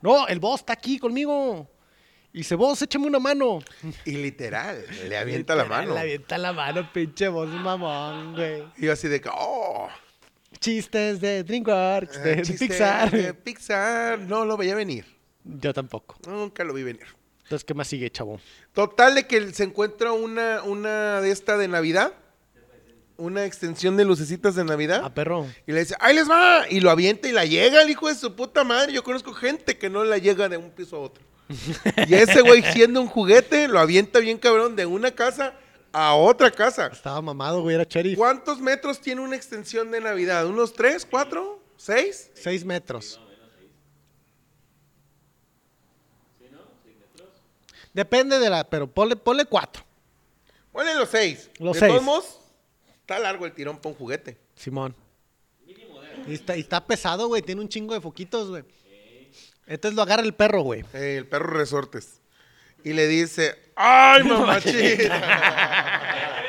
Speaker 3: No, el boss está aquí conmigo. Y dice, boss, échame una mano.
Speaker 2: Y literal, le avienta la mano.
Speaker 3: Le avienta la mano, pinche boss mamón, güey.
Speaker 2: Y yo así de que, oh.
Speaker 3: Chistes de DreamWorks, Este, de, de
Speaker 2: chiste
Speaker 3: Pixar.
Speaker 2: Eh, de Pixar. No lo veía venir.
Speaker 3: Yo tampoco.
Speaker 2: Nunca lo vi venir.
Speaker 3: Entonces, ¿qué más sigue, chavo?
Speaker 2: ¿Eh? Total de que se encuentra una, una de esta de Navidad. Una extensión de lucecitas de Navidad.
Speaker 3: A Ah, perro.
Speaker 2: Y le dice, ¡ahí les va! Y lo avienta y la llega el hijo de su puta madre. Yo conozco gente que no la llega de un piso a otro. y ese güey, siendo un juguete, lo avienta bien cabrón de una casa a otra casa.
Speaker 3: Estaba mamado, güey, era sheriff.
Speaker 2: *laughs* ¿Cuántos metros tiene una extensión de Navidad? ¿Unos tres, cuatro, seis?
Speaker 3: Seis metros. Depende de la, pero ponle, ponle cuatro,
Speaker 2: Ponle los seis.
Speaker 3: Los
Speaker 2: de
Speaker 3: seis.
Speaker 2: todos modos, está largo el tirón para un juguete.
Speaker 3: Simón. Y está, y está pesado, güey, tiene un chingo de foquitos, güey. Entonces lo agarra el perro, güey.
Speaker 2: Eh, el perro resortes. Y le dice, ¡ay, mamachita! *laughs*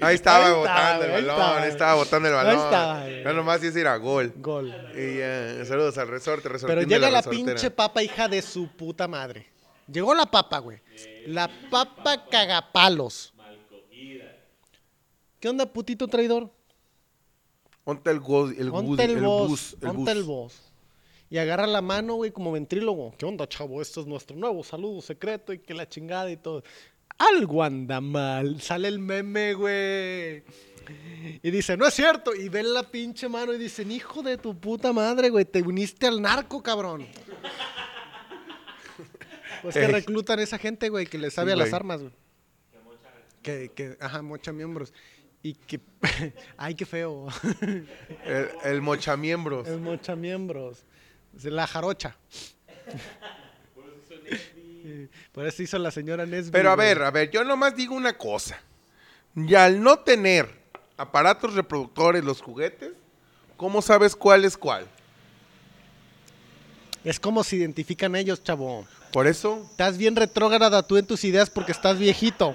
Speaker 2: ahí estaba
Speaker 3: Ahí estaba,
Speaker 2: botando
Speaker 3: güey, ahí
Speaker 2: el balón,
Speaker 3: estaba.
Speaker 2: ahí estaba botando el
Speaker 3: Ahí
Speaker 2: balón.
Speaker 3: estaba, eh. güey.
Speaker 2: Ya nomás es ir a gol.
Speaker 3: Gol.
Speaker 2: Y eh, saludos al resorte, resorte.
Speaker 3: Pero llega la, pinche papa hija de su puta madre. Llegó la papa, güey. La papa cagapalos. ¿Qué onda, putito traidor?
Speaker 2: Ponte el, go- el, bus,
Speaker 3: Ponte el
Speaker 2: el
Speaker 3: voz,
Speaker 2: bus. El
Speaker 3: ponte el
Speaker 2: bus.
Speaker 3: voz. Y agarra la mano, güey, como ventrílogo. ¿Qué onda, chavo? Esto es nuestro nuevo saludo secreto y que la chingada y todo. Algo anda mal. Sale el meme, güey. Y dice, no es cierto. Y ven la pinche mano y dicen, hijo de tu puta madre, güey, te uniste al narco, cabrón. *laughs* Pues que
Speaker 2: Ey.
Speaker 3: reclutan a esa gente, güey, que le sabe
Speaker 2: Sí,
Speaker 3: a las
Speaker 2: güey.
Speaker 3: armas, güey. Que, que, ajá, mocha miembros. Y que, *laughs* ay, qué feo. *laughs*
Speaker 2: El, el mochamiembros.
Speaker 3: El mochamiembros. Es La jarocha. Por eso hizo la señora Nesby.
Speaker 2: Pero a
Speaker 3: güey.
Speaker 2: ver, a ver, yo nomás digo una cosa. Y al no tener aparatos reproductores, los juguetes, ¿cómo sabes cuál es cuál?
Speaker 3: Es como se identifican ellos, chavo.
Speaker 2: Por eso,
Speaker 3: Estás bien retrógrada tú en tus ideas porque estás viejito.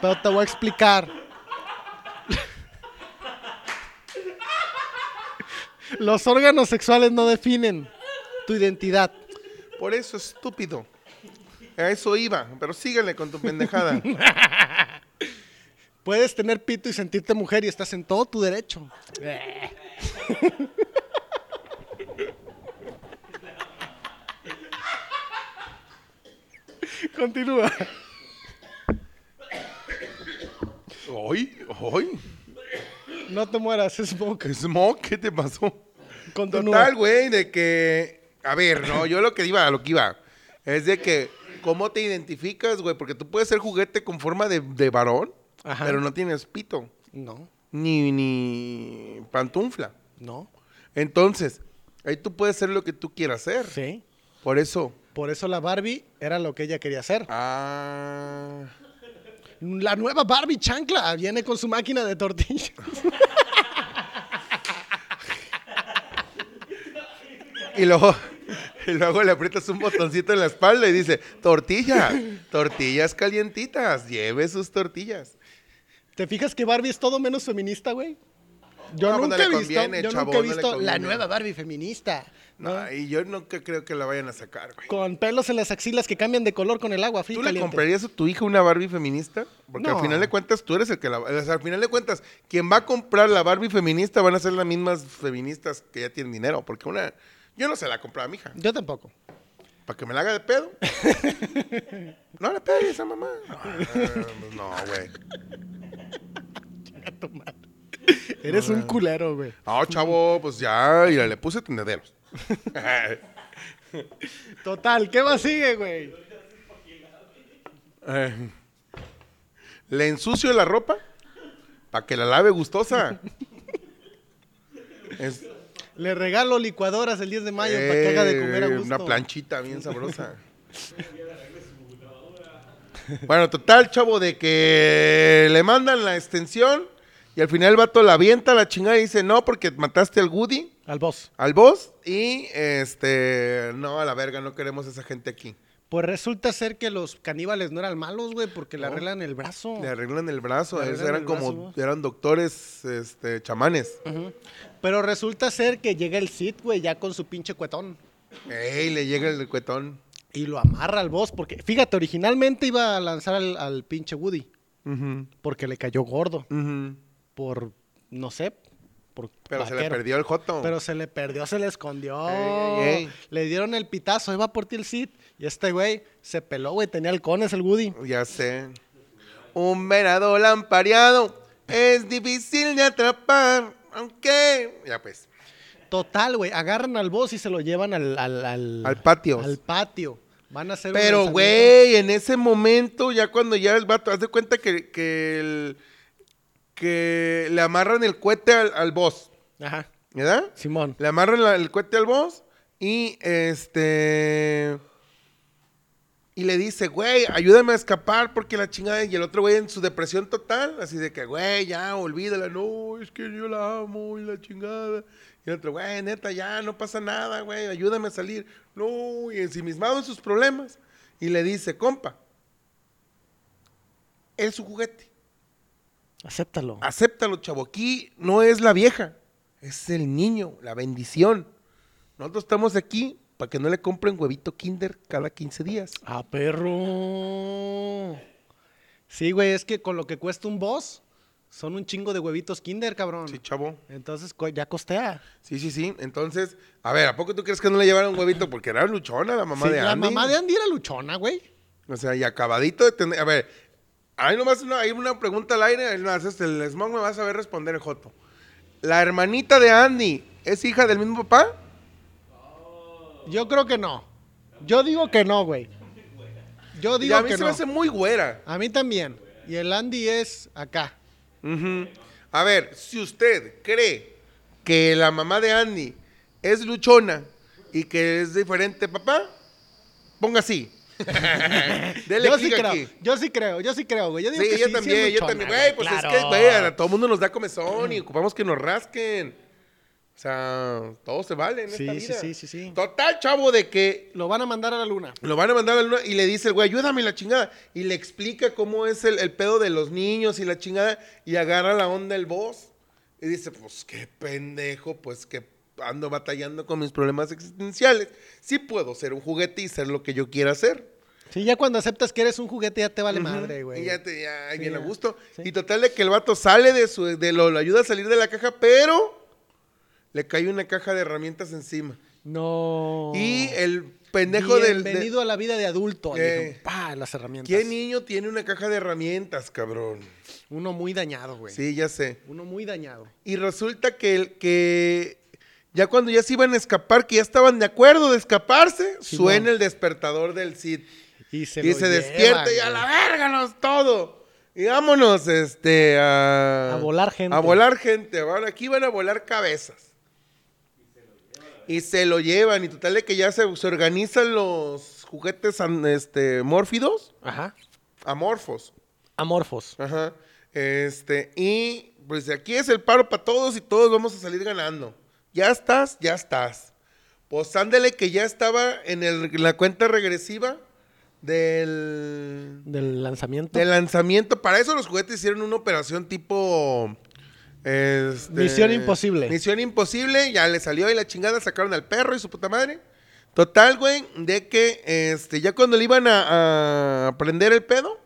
Speaker 3: Pero te voy a explicar. Los órganos sexuales no definen tu identidad.
Speaker 2: por eso, estúpido. A eso iba, pero síguele con tu pendejada.
Speaker 3: Puedes tener pito y sentirte mujer y estás en todo tu derecho. Eh. Continúa.
Speaker 2: *laughs* hoy, hoy.
Speaker 3: No te mueras, es boca.
Speaker 2: Smoke, ¿qué te pasó?
Speaker 3: Continúa.
Speaker 2: Total, güey, de que. A ver, no, yo lo que iba, lo que iba. Es de que, ¿cómo te identificas, güey? Porque tú puedes ser juguete con forma de, de varón,
Speaker 3: Ajá.
Speaker 2: pero no tienes pito,
Speaker 3: No,
Speaker 2: ni, ni pantufla.
Speaker 3: no.
Speaker 2: Entonces, ahí tú puedes ser lo que tú quieras ser.
Speaker 3: Sí.
Speaker 2: Por eso.
Speaker 3: Por eso la Barbie era lo que ella quería hacer.
Speaker 2: Ah.
Speaker 3: La nueva Barbie chancla viene con su máquina de tortillas.
Speaker 2: Y luego, y luego le aprietas un botoncito en la espalda y dice: Tortilla, tortillas calientitas, lleve sus tortillas.
Speaker 3: ¿Te fijas que Barbie es todo menos feminista, güey? Yo
Speaker 2: No, pues no
Speaker 3: nunca
Speaker 2: le
Speaker 3: he visto,
Speaker 2: conviene,
Speaker 3: yo
Speaker 2: chavo,
Speaker 3: nunca he
Speaker 2: no le
Speaker 3: visto la
Speaker 2: conviene.
Speaker 3: nueva Barbie feminista.
Speaker 2: No, y yo nunca creo que la vayan a sacar, güey.
Speaker 3: Con pelos en las axilas que cambian de color con el agua fría.
Speaker 2: ¿Tú
Speaker 3: y
Speaker 2: le
Speaker 3: caliente.
Speaker 2: comprarías a tu hija una Barbie feminista? Porque
Speaker 3: No.
Speaker 2: al final de cuentas tú eres el que la... o sea, al final de cuentas, quien va a comprar la Barbie feminista van a ser las mismas feministas que ya tienen dinero. Porque una... Yo no se la compraba a mi hija.
Speaker 3: Yo tampoco.
Speaker 2: Para que me la haga de
Speaker 3: *laughs*
Speaker 2: pedo. no le pegues a mamá. Ah, pues No, güey.
Speaker 3: Eres
Speaker 2: Ah.
Speaker 3: un culero, güey.
Speaker 2: No, chavo, pues ya. Y le puse
Speaker 3: *laughs*
Speaker 2: tendederos.
Speaker 3: Total, ¿qué más sigue, güey?
Speaker 2: Eh, le ensucio la ropa para que la lave gustosa. Es-
Speaker 3: Le regalo licuadoras el 10 de mayo para que haga de comer a
Speaker 2: Eh,
Speaker 3: gusto.
Speaker 2: Una planchita bien
Speaker 3: *laughs*
Speaker 2: sabrosa. bueno, total, chavo, de que le mandan la extensión y al final el vato la avienta la chingada y dice, no, porque mataste al Woody,
Speaker 3: Al boss.
Speaker 2: al boss, y este, no, a la verga, no queremos esa gente aquí.
Speaker 3: Pues resulta ser que los caníbales no eran malos, güey, porque le
Speaker 2: No.
Speaker 3: arreglan el brazo.
Speaker 2: Le arreglan el brazo,
Speaker 3: Le
Speaker 2: esos eran
Speaker 3: arreglan el
Speaker 2: como,
Speaker 3: brazo,
Speaker 2: eran doctores, este, chamanes.
Speaker 3: Pero resulta ser que llega el Cid, güey, ya con su pinche cuetón.
Speaker 2: Ey, le llega el cuetón.
Speaker 3: Y lo amarra al boss, porque fíjate, originalmente iba a lanzar al, al pinche Woody,
Speaker 2: Ujú,
Speaker 3: porque le cayó gordo,
Speaker 2: ujú.
Speaker 3: por, no sé, por
Speaker 2: Pero se le
Speaker 3: vaquero.
Speaker 2: perdió el joto.
Speaker 3: Pero se le perdió, se le escondió.
Speaker 2: Ey, ey, ey.
Speaker 3: Le dieron el pitazo, ahí va por ti el Cid. Y este güey se peló, güey, tenía halcones el Woody.
Speaker 2: Ya sé. Un venado lampareado es difícil de atrapar, aunque... Ya pues.
Speaker 3: Total, güey, agarran al boss y se lo llevan al... Al, al-
Speaker 2: Al patio.
Speaker 3: Al patio. Van a hacer un
Speaker 2: Pero,
Speaker 3: lanzamiento.
Speaker 2: güey, en ese momento, ya cuando ya el vato, haz de cuenta que, que, el- que le amarran el cohete al, al boss,
Speaker 3: Ajá,
Speaker 2: ¿verdad?
Speaker 3: Simón.
Speaker 2: Le amarran la- el cohete al boss y este... Y le dice, güey, ayúdame a escapar porque la chingada... Y el otro güey en su depresión total, así de que, güey, ya, olvídala. No, es que yo la amo y la chingada. Y el otro, güey, neta, ya, no pasa nada, güey, ayúdame a salir. No, y ensimismado en sus problemas. Y le dice, compa, es su juguete.
Speaker 3: Acéptalo.
Speaker 2: Acéptalo, chavo. Aquí no es la vieja, es el niño, la bendición. Nosotros estamos aquí para que no le compren huevito Kinder cada 15 días.
Speaker 3: Ah, perro. Sí, güey, es que con lo que cuesta un boss, son un chingo de huevitos Kinder, cabrón.
Speaker 2: Sí, chavo.
Speaker 3: Entonces co- ya costea.
Speaker 2: Sí, sí, sí. Entonces, a ver, ¿a poco tú crees que no le llevaron huevito? Porque era luchona la mamá
Speaker 3: Sí,
Speaker 2: de
Speaker 3: la
Speaker 2: Andy.
Speaker 3: mamá de Andy era luchona, güey.
Speaker 2: O sea, y acabadito de tener. A ver, hay nomás una, hay una pregunta al aire. no, haces el smog me vas a ver responder el Joto. ¿La hermanita de Andy es hija del mismo papá?
Speaker 3: Yo creo que no. Yo digo que no, güey. Yo
Speaker 2: y a
Speaker 3: digo
Speaker 2: mí
Speaker 3: que
Speaker 2: se
Speaker 3: no.
Speaker 2: me hace muy güera.
Speaker 3: A mí también. Y el Andy es acá.
Speaker 2: Ujú. A ver, si usted cree que la mamá de
Speaker 3: *laughs*
Speaker 2: Andy es luchona y que es diferente papá, ponga así. Dele
Speaker 3: yo sí
Speaker 2: clic
Speaker 3: creo,
Speaker 2: aquí.
Speaker 3: yo sí creo, yo sí creo, güey. Yo digo
Speaker 2: Sí,
Speaker 3: que
Speaker 2: yo
Speaker 3: sí,
Speaker 2: también,
Speaker 3: siendo
Speaker 2: yo
Speaker 3: chona,
Speaker 2: también.
Speaker 3: güey.
Speaker 2: Güey, pues es que,
Speaker 3: Claro.
Speaker 2: güey, a todo mundo nos da comezón y ocupamos que nos rasquen. O sea, todo se vale en
Speaker 3: Sí,
Speaker 2: esta
Speaker 3: sí,
Speaker 2: vida.
Speaker 3: sí, sí, sí.
Speaker 2: Total, chavo, de que
Speaker 3: Lo van a mandar a la luna.
Speaker 2: lo van a mandar a la luna y le dice el güey, ayúdame la chingada. Y le explica cómo es el, el pedo de los niños y la chingada y agarra la onda el boss. Y dice, pues qué pendejo, pues que ando batallando con mis problemas existenciales. Sí puedo ser un juguete y ser lo que yo quiera ser.
Speaker 3: Sí, ya cuando aceptas que eres un juguete ya te vale madre, güey.
Speaker 2: Y ya te, ya, ahí
Speaker 3: Sí,
Speaker 2: bien a
Speaker 3: ya.
Speaker 2: gusto.
Speaker 3: Sí.
Speaker 2: Y total de que el vato sale de su, de lo, lo ayuda a salir de la caja, pero le cae una caja de herramientas encima.
Speaker 3: No.
Speaker 2: Y el pendejo del... de-
Speaker 3: Oh. Bienvenido a la vida de adulto.
Speaker 2: Eh.
Speaker 3: le dijo, pa, las herramientas.
Speaker 2: ¿Qué niño tiene una caja de herramientas, cabrón?
Speaker 3: Uno muy dañado, güey.
Speaker 2: Sí, ya sé.
Speaker 3: Uno muy dañado.
Speaker 2: Y resulta que, el- que ya cuando ya se iban a escapar, que ya estaban de acuerdo de escaparse,
Speaker 3: Simón.
Speaker 2: suena el despertador del Cid.
Speaker 3: Y se,
Speaker 2: y
Speaker 3: lo
Speaker 2: se despierta
Speaker 3: llevan,
Speaker 2: y a
Speaker 3: güey.
Speaker 2: la verga nos todo. Y vámonos, este, a...
Speaker 3: A volar gente.
Speaker 2: A volar gente. Ahora aquí van a volar cabezas. Y se lo llevan. Y total de que ya se, se organizan los juguetes an- este, mórfidos,
Speaker 3: Ajá.
Speaker 2: amorfos.
Speaker 3: Amorfos.
Speaker 2: Ajá. Este, y pues aquí es el paro para todos y todos vamos a salir ganando. Ya estás, ya estás. Pues ándale que ya estaba en, el- en la cuenta regresiva del,
Speaker 3: Del lanzamiento.
Speaker 2: del lanzamiento. Para eso los juguetes hicieron una operación tipo... este,
Speaker 3: Misión imposible.
Speaker 2: Misión imposible, ya le salió y la chingada, sacaron al perro y su puta madre. Total, güey, de que este, ya cuando le iban a, a prender el pedo,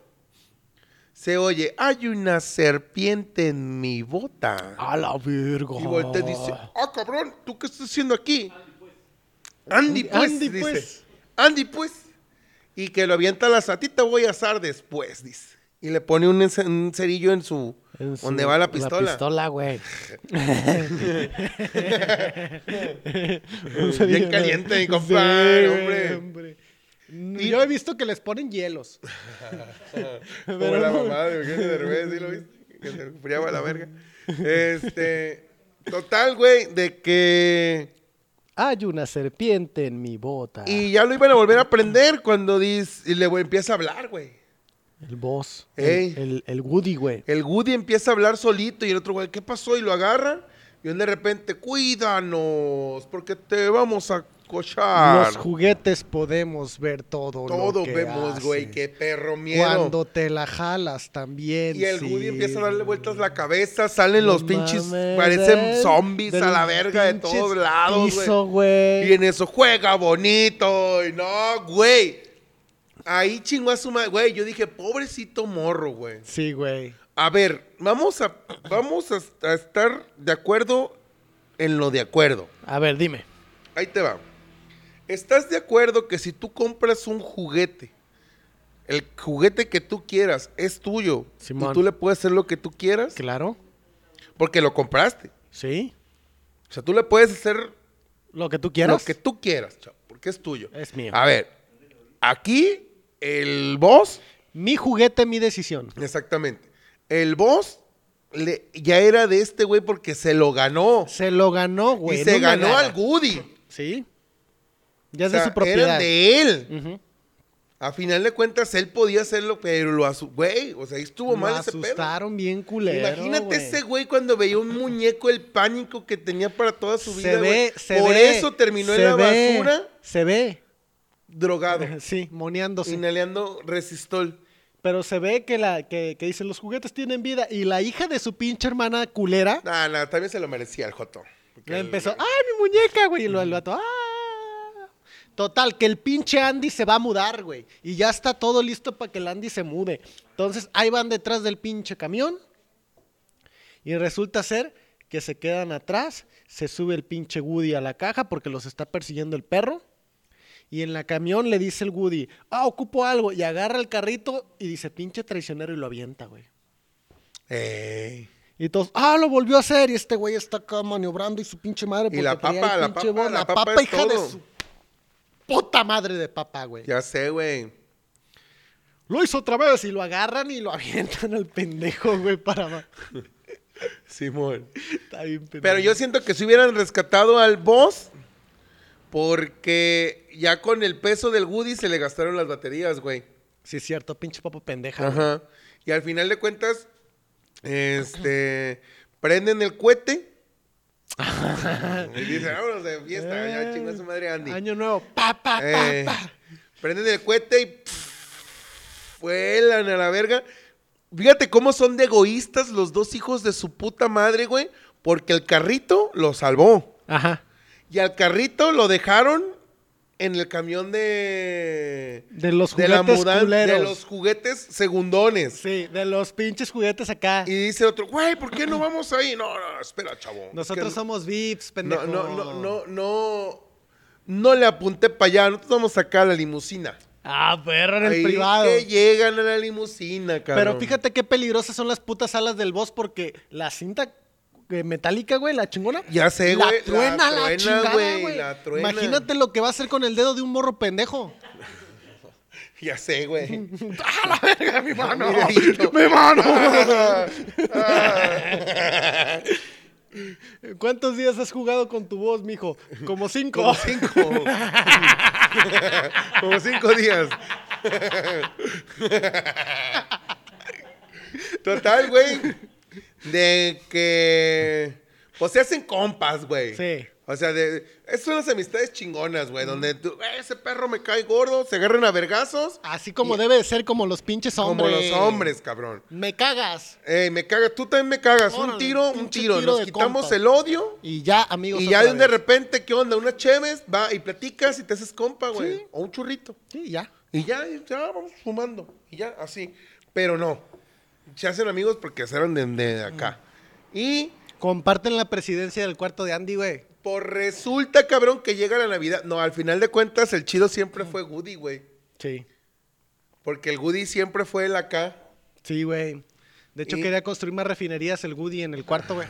Speaker 2: se oye, hay una serpiente en mi bota.
Speaker 3: A la virgo.
Speaker 2: Y voltea y dice,
Speaker 3: Oh.
Speaker 2: ah, cabrón, ¿tú qué estás haciendo aquí? Andy, pues,
Speaker 3: Andy,
Speaker 2: dice.
Speaker 3: pues.
Speaker 2: Andy, pues. Y que lo avienta la satita, voy a azar después, dice. Y le pone un, ence- un cerillo en su,
Speaker 3: En su-
Speaker 2: donde va la pistola.
Speaker 3: La pistola, güey.
Speaker 2: *laughs*
Speaker 3: *laughs*
Speaker 2: Bien caliente, mi compa,
Speaker 3: güey,
Speaker 2: hombre.
Speaker 3: Y yo he visto que les ponen hielos.
Speaker 2: Como
Speaker 3: Pero
Speaker 2: la
Speaker 3: no.
Speaker 2: mamá de Eugenio Derbez, ¿sí lo viste? Que se enfriaba la verga. Este, total, güey, de que...
Speaker 3: Hay una serpiente en mi bota.
Speaker 2: Y ya lo iban a volver a aprender cuando dice, y le empieza a hablar, güey.
Speaker 3: El boss.
Speaker 2: Ey.
Speaker 3: El, el- el Woody, güey.
Speaker 2: El Woody empieza a hablar solito y el otro güey, ¿qué pasó? Y lo agarra. Y de repente, cuídanos, porque te vamos a cochar.
Speaker 3: Los juguetes podemos ver todo.
Speaker 2: Ah, Todo
Speaker 3: lo que
Speaker 2: vemos, güey,
Speaker 3: hacen.
Speaker 2: qué perro miedo.
Speaker 3: Cuando te la jalas también.
Speaker 2: y el
Speaker 3: sí.
Speaker 2: Woody empieza a darle vueltas la cabeza, salen
Speaker 3: No
Speaker 2: los pinches,
Speaker 3: mames,
Speaker 2: parecen
Speaker 3: del-
Speaker 2: zombies
Speaker 3: del
Speaker 2: a la verga de
Speaker 3: pinches
Speaker 2: todos lados,
Speaker 3: piso,
Speaker 2: güey.
Speaker 3: güey.
Speaker 2: Y en eso juega bonito, y no, güey. Ahí chingó a su madre, güey. Yo dije, pobrecito morro, güey.
Speaker 3: Sí, güey.
Speaker 2: A ver, vamos a, vamos a, a estar de acuerdo en lo de acuerdo.
Speaker 3: A ver, dime.
Speaker 2: Ahí te va. ¿Estás de acuerdo que si tú compras un juguete, el juguete que tú quieras es tuyo
Speaker 3: Simón.
Speaker 2: y tú le puedes hacer lo que tú quieras?
Speaker 3: Claro.
Speaker 2: Porque lo compraste.
Speaker 3: Sí.
Speaker 2: O sea, tú le puedes hacer
Speaker 3: Lo que tú quieras.
Speaker 2: lo que tú quieras, chavo, porque es tuyo.
Speaker 3: Es mío.
Speaker 2: A ver, aquí el boss
Speaker 3: Mi juguete, mi decisión.
Speaker 2: Exactamente. El boss le- ya era de este güey porque se lo ganó.
Speaker 3: Se lo ganó, güey.
Speaker 2: y
Speaker 3: en
Speaker 2: se
Speaker 3: una
Speaker 2: ganó
Speaker 3: gala.
Speaker 2: al Goody.
Speaker 3: Sí.
Speaker 2: O
Speaker 3: Ya es
Speaker 2: sea,
Speaker 3: de su propiedad.
Speaker 2: Eran de él.
Speaker 3: Ujú.
Speaker 2: A final de cuentas, él podía hacerlo, pero lo asu- güey. O sea, ahí estuvo
Speaker 3: Lo
Speaker 2: mal ese pedo.
Speaker 3: asustaron bien culero,
Speaker 2: Imagínate
Speaker 3: güey.
Speaker 2: ese güey cuando veía un muñeco, el pánico que tenía para toda su vida.
Speaker 3: Se ve,
Speaker 2: güey.
Speaker 3: se
Speaker 2: Por
Speaker 3: ve,
Speaker 2: eso terminó
Speaker 3: se
Speaker 2: en la
Speaker 3: ve,
Speaker 2: basura,
Speaker 3: Se ve. *laughs*
Speaker 2: drogado,
Speaker 3: Sí, moneándose.
Speaker 2: inhalando resistol.
Speaker 3: Pero se ve que la que, que dice los juguetes tienen vida y la hija de su pinche hermana culera
Speaker 2: Nah, nah, también se lo merecía el Joto. Porque
Speaker 3: le
Speaker 2: el-
Speaker 3: empezó, ¡ay, mi muñeca, güey! Y lo el vato, ¡ah! Total, que el pinche Andy se va a mudar, güey. Y ya está todo listo para que el Andy se mude. Entonces, ahí van detrás del pinche camión. Y resulta ser que se quedan atrás. Se sube el pinche Woody a la caja porque los está persiguiendo el perro. Y en la camión le dice el Woody, ah, ocupo algo. Y agarra el carrito y dice, pinche traicionero, y lo avienta, güey.
Speaker 2: Ey.
Speaker 3: Y todos, ah, lo volvió a hacer. Y este güey está acá maniobrando y su pinche madre.
Speaker 2: Y la
Speaker 3: porque traía
Speaker 2: papa,
Speaker 3: el
Speaker 2: la
Speaker 3: pinche
Speaker 2: papa,
Speaker 3: bol-
Speaker 2: la
Speaker 3: la
Speaker 2: papa
Speaker 3: papa,
Speaker 2: es
Speaker 3: hija
Speaker 2: todo.
Speaker 3: de su puta madre de papá, güey.
Speaker 2: Ya sé, güey.
Speaker 3: Lo hizo otra vez y lo agarran y lo *laughs* avientan al pendejo, güey, para. ma-
Speaker 2: Simón.
Speaker 3: Está bien pendejo.
Speaker 2: Pero yo siento que si hubieran rescatado al boss, Porque ya con el peso del Woody se le gastaron las baterías, güey.
Speaker 3: Sí, es cierto, pinche papa pendeja. güey.
Speaker 2: Ajá. Y al final de cuentas, este, prenden el
Speaker 3: *laughs*
Speaker 2: cohete. y dicen, vámonos de fiesta, ya chingó a su madre Andy.
Speaker 3: Eh, Año nuevo, pa, pa, pa,
Speaker 2: Eh,
Speaker 3: pa.
Speaker 2: prenden el cohete y pff, vuelan a la verga. Fíjate cómo son de egoístas los dos hijos de su puta madre, güey. Porque el carrito lo salvó.
Speaker 3: Ajá.
Speaker 2: Y al carrito lo dejaron en el camión de...
Speaker 3: De los
Speaker 2: de la
Speaker 3: juguetes
Speaker 2: mudan-
Speaker 3: culeros.
Speaker 2: De los juguetes segundones.
Speaker 3: Sí, de los pinches juguetes acá.
Speaker 2: Y dice otro, güey, ¿por qué no vamos ahí? No, no, espera, chavo.
Speaker 3: Nosotros
Speaker 2: Que-
Speaker 3: somos VIPs, pendejo.
Speaker 2: No, no, no, no, no. No le apunté para allá, nosotros vamos acá a la limusina.
Speaker 3: Ah, perro, en el
Speaker 2: Ahí
Speaker 3: privado.
Speaker 2: que llegan a la limusina, cabrón.
Speaker 3: Pero fíjate qué peligrosas son las putas alas del boss porque la cinta eh, metálica, güey, la chingona.
Speaker 2: Ya sé,
Speaker 3: la
Speaker 2: güey, la
Speaker 3: Truena, la
Speaker 2: truena,
Speaker 3: chingada,
Speaker 2: güey,
Speaker 3: güey.
Speaker 2: la truena.
Speaker 3: Imagínate lo que va a hacer con el dedo de un morro pendejo.
Speaker 2: Ya sé,
Speaker 3: *laughs*
Speaker 2: güey. *laughs*
Speaker 3: ¡Ah, la verga, mi mano!
Speaker 2: Mi dedito.
Speaker 3: ¡Mi mano!
Speaker 2: Ah, *laughs* ah.
Speaker 3: ¿Cuántos días has jugado con tu voz, mijo? Como cinco.
Speaker 2: Como cinco. *laughs* Como cinco días. Total, güey. De que. Pues se hacen compas, güey.
Speaker 3: Sí.
Speaker 2: O sea, de, esas son las amistades chingonas, güey. Donde tú, "Eh, ese perro me cae gordo, se agarran a vergazos.
Speaker 3: *laughs* Así como debe de ser, como los pinches
Speaker 2: Como
Speaker 3: hombres.
Speaker 2: los hombres, cabrón.
Speaker 3: Me cagas.
Speaker 2: Ey, me cagas, tú también me cagas.
Speaker 3: Órale,
Speaker 2: un tiro, un
Speaker 3: pinche
Speaker 2: tiro.
Speaker 3: tiro
Speaker 2: Nos
Speaker 3: de
Speaker 2: quitamos
Speaker 3: compas.
Speaker 2: el odio.
Speaker 3: Y ya, amigos.
Speaker 2: Y ya
Speaker 3: otra
Speaker 2: de
Speaker 3: vez.
Speaker 2: repente, ¿qué onda? Una Cheves va y platicas y te haces compa, güey. O un churrito.
Speaker 3: Sí, ya.
Speaker 2: Y ya, y ya vamos fumando. Y ya, así. Pero no. Se hacen amigos porque se eran de, de acá.
Speaker 3: Mm.
Speaker 2: Y
Speaker 3: Comparten la presidencia del cuarto de Andy, güey.
Speaker 2: por resulta, cabrón, que llega la Navidad. No, al final de cuentas, el chido siempre
Speaker 3: Mm.
Speaker 2: fue Woody, güey.
Speaker 3: Sí.
Speaker 2: Porque el Woody siempre fue el acá.
Speaker 3: Sí, güey. De hecho,
Speaker 2: Y-
Speaker 3: quería construir más refinerías el Woody en el
Speaker 2: *laughs*
Speaker 3: cuarto, güey.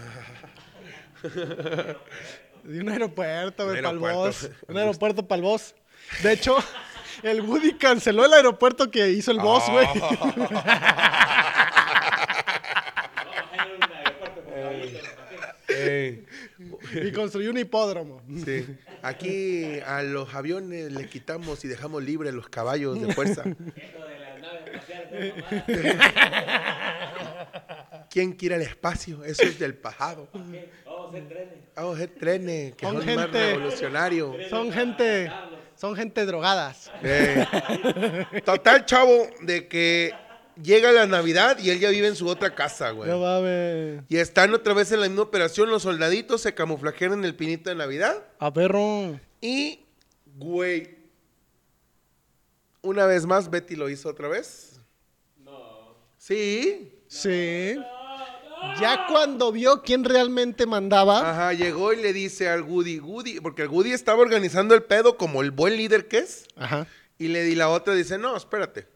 Speaker 3: De un aeropuerto, güey,
Speaker 2: Un
Speaker 3: para el
Speaker 2: aeropuerto. *laughs*
Speaker 3: boss. Un aeropuerto para el boss. De hecho, *laughs* el Woody canceló el aeropuerto que hizo el boss, güey.
Speaker 2: Oh. Ey,
Speaker 3: *laughs* Y construyó un hipódromo.
Speaker 2: sí. Aquí a los aviones les quitamos y dejamos libres los caballos de *laughs* fuerza. *laughs* ¿Quién quiere el espacio? Eso es del pajado. Vamos a hacer trenes. Vamos a hacer trenes, que
Speaker 3: Con
Speaker 2: son más
Speaker 3: gente.
Speaker 2: revolucionarios.
Speaker 3: Son gente, son gente
Speaker 2: *laughs*
Speaker 3: drogadas.
Speaker 2: Eh, total, chavo, de que llega la Navidad y él ya vive en su otra casa, güey.
Speaker 3: *laughs* No mames.
Speaker 2: Y están otra vez en la misma operación, los soldaditos se camuflajearon en el pinito de Navidad.
Speaker 3: A perro.
Speaker 2: Y, güey, una vez más Betty lo hizo otra vez. No. Sí.
Speaker 3: Sí. Ya cuando vio quién realmente mandaba.
Speaker 2: Ajá, llegó y le dice al Woody, Woody, porque el Woody estaba organizando el pedo como el buen líder que es.
Speaker 3: Ajá.
Speaker 2: Y, le, y la otra dice, no, espérate.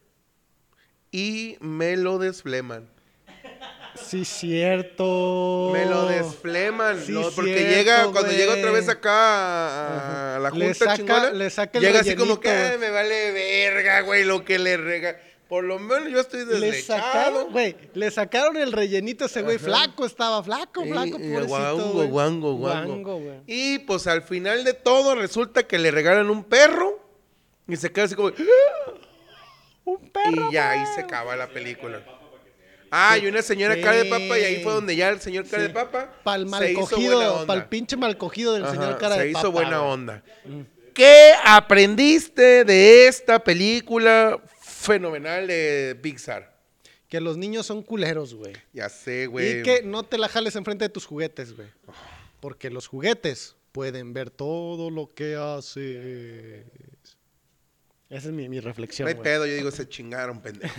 Speaker 2: Y me lo desfleman.
Speaker 3: Sí, cierto.
Speaker 2: Me lo desfleman.
Speaker 3: Oh, Sí,
Speaker 2: lo- porque
Speaker 3: cierto,
Speaker 2: llega, cuando
Speaker 3: güey.
Speaker 2: llega otra vez acá a, a la
Speaker 3: Le
Speaker 2: junta
Speaker 3: saca-
Speaker 2: chingona,
Speaker 3: le saca el
Speaker 2: llega así como
Speaker 3: rellenito.
Speaker 2: que "Ay, me vale verga, güey, lo que le rega. Por lo menos yo estoy
Speaker 3: Le
Speaker 2: deslechado.
Speaker 3: sacaron, güey, le sacaron el rellenito a ese güey. Flaco estaba, flaco,
Speaker 2: Y-
Speaker 3: flaco,
Speaker 2: y
Speaker 3: pobrecito.
Speaker 2: guango,
Speaker 3: güey.
Speaker 2: guango, guango.
Speaker 3: Guango, güey.
Speaker 2: Y pues al final de todo resulta que le regalan un perro y se queda así como
Speaker 3: Un perro.
Speaker 2: y ya ahí se acaba la película. Ah, y una señora cara de papa y ahí fue donde ya el señor cara de papa
Speaker 3: Pa'l mal
Speaker 2: se hizo buena
Speaker 3: cogido,
Speaker 2: onda.
Speaker 3: pa'l pinche mal cogido del
Speaker 2: Ajá,
Speaker 3: señor cara
Speaker 2: se
Speaker 3: de
Speaker 2: hizo
Speaker 3: papa,
Speaker 2: buena
Speaker 3: güey.
Speaker 2: onda. ¿Qué aprendiste de esta película fenomenal de Pixar?
Speaker 3: Que los niños son culeros, güey.
Speaker 2: Ya sé, güey.
Speaker 3: Y que no te la jales enfrente de tus juguetes, güey. Porque los juguetes pueden ver todo lo que haces. Esa es mi, mi
Speaker 2: No
Speaker 3: reflexión,
Speaker 2: hay
Speaker 3: güey.
Speaker 2: pedo, yo digo, se chingaron, *laughs* pendejos.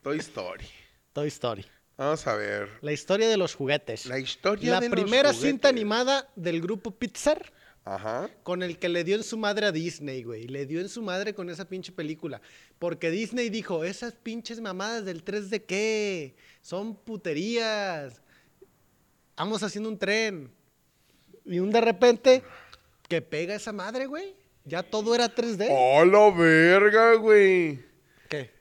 Speaker 2: Toy Story.
Speaker 3: Toy Story.
Speaker 2: Vamos a ver.
Speaker 3: La historia de los juguetes.
Speaker 2: La historia
Speaker 3: La
Speaker 2: de los
Speaker 3: primera cinta
Speaker 2: juguetes.
Speaker 3: animada del grupo Pixar
Speaker 2: Ajá.
Speaker 3: con el que le dio en su madre a Disney, güey. Le dio en su madre con esa pinche película. Porque Disney dijo, esas pinches mamadas del 3 de qué? Son puterías. Vamos haciendo un tren. Y un de repente, que pega esa madre, güey. Ya todo era
Speaker 2: ¿Eh?
Speaker 3: 3D.
Speaker 2: Hola, verga, güey.
Speaker 3: ¿Qué?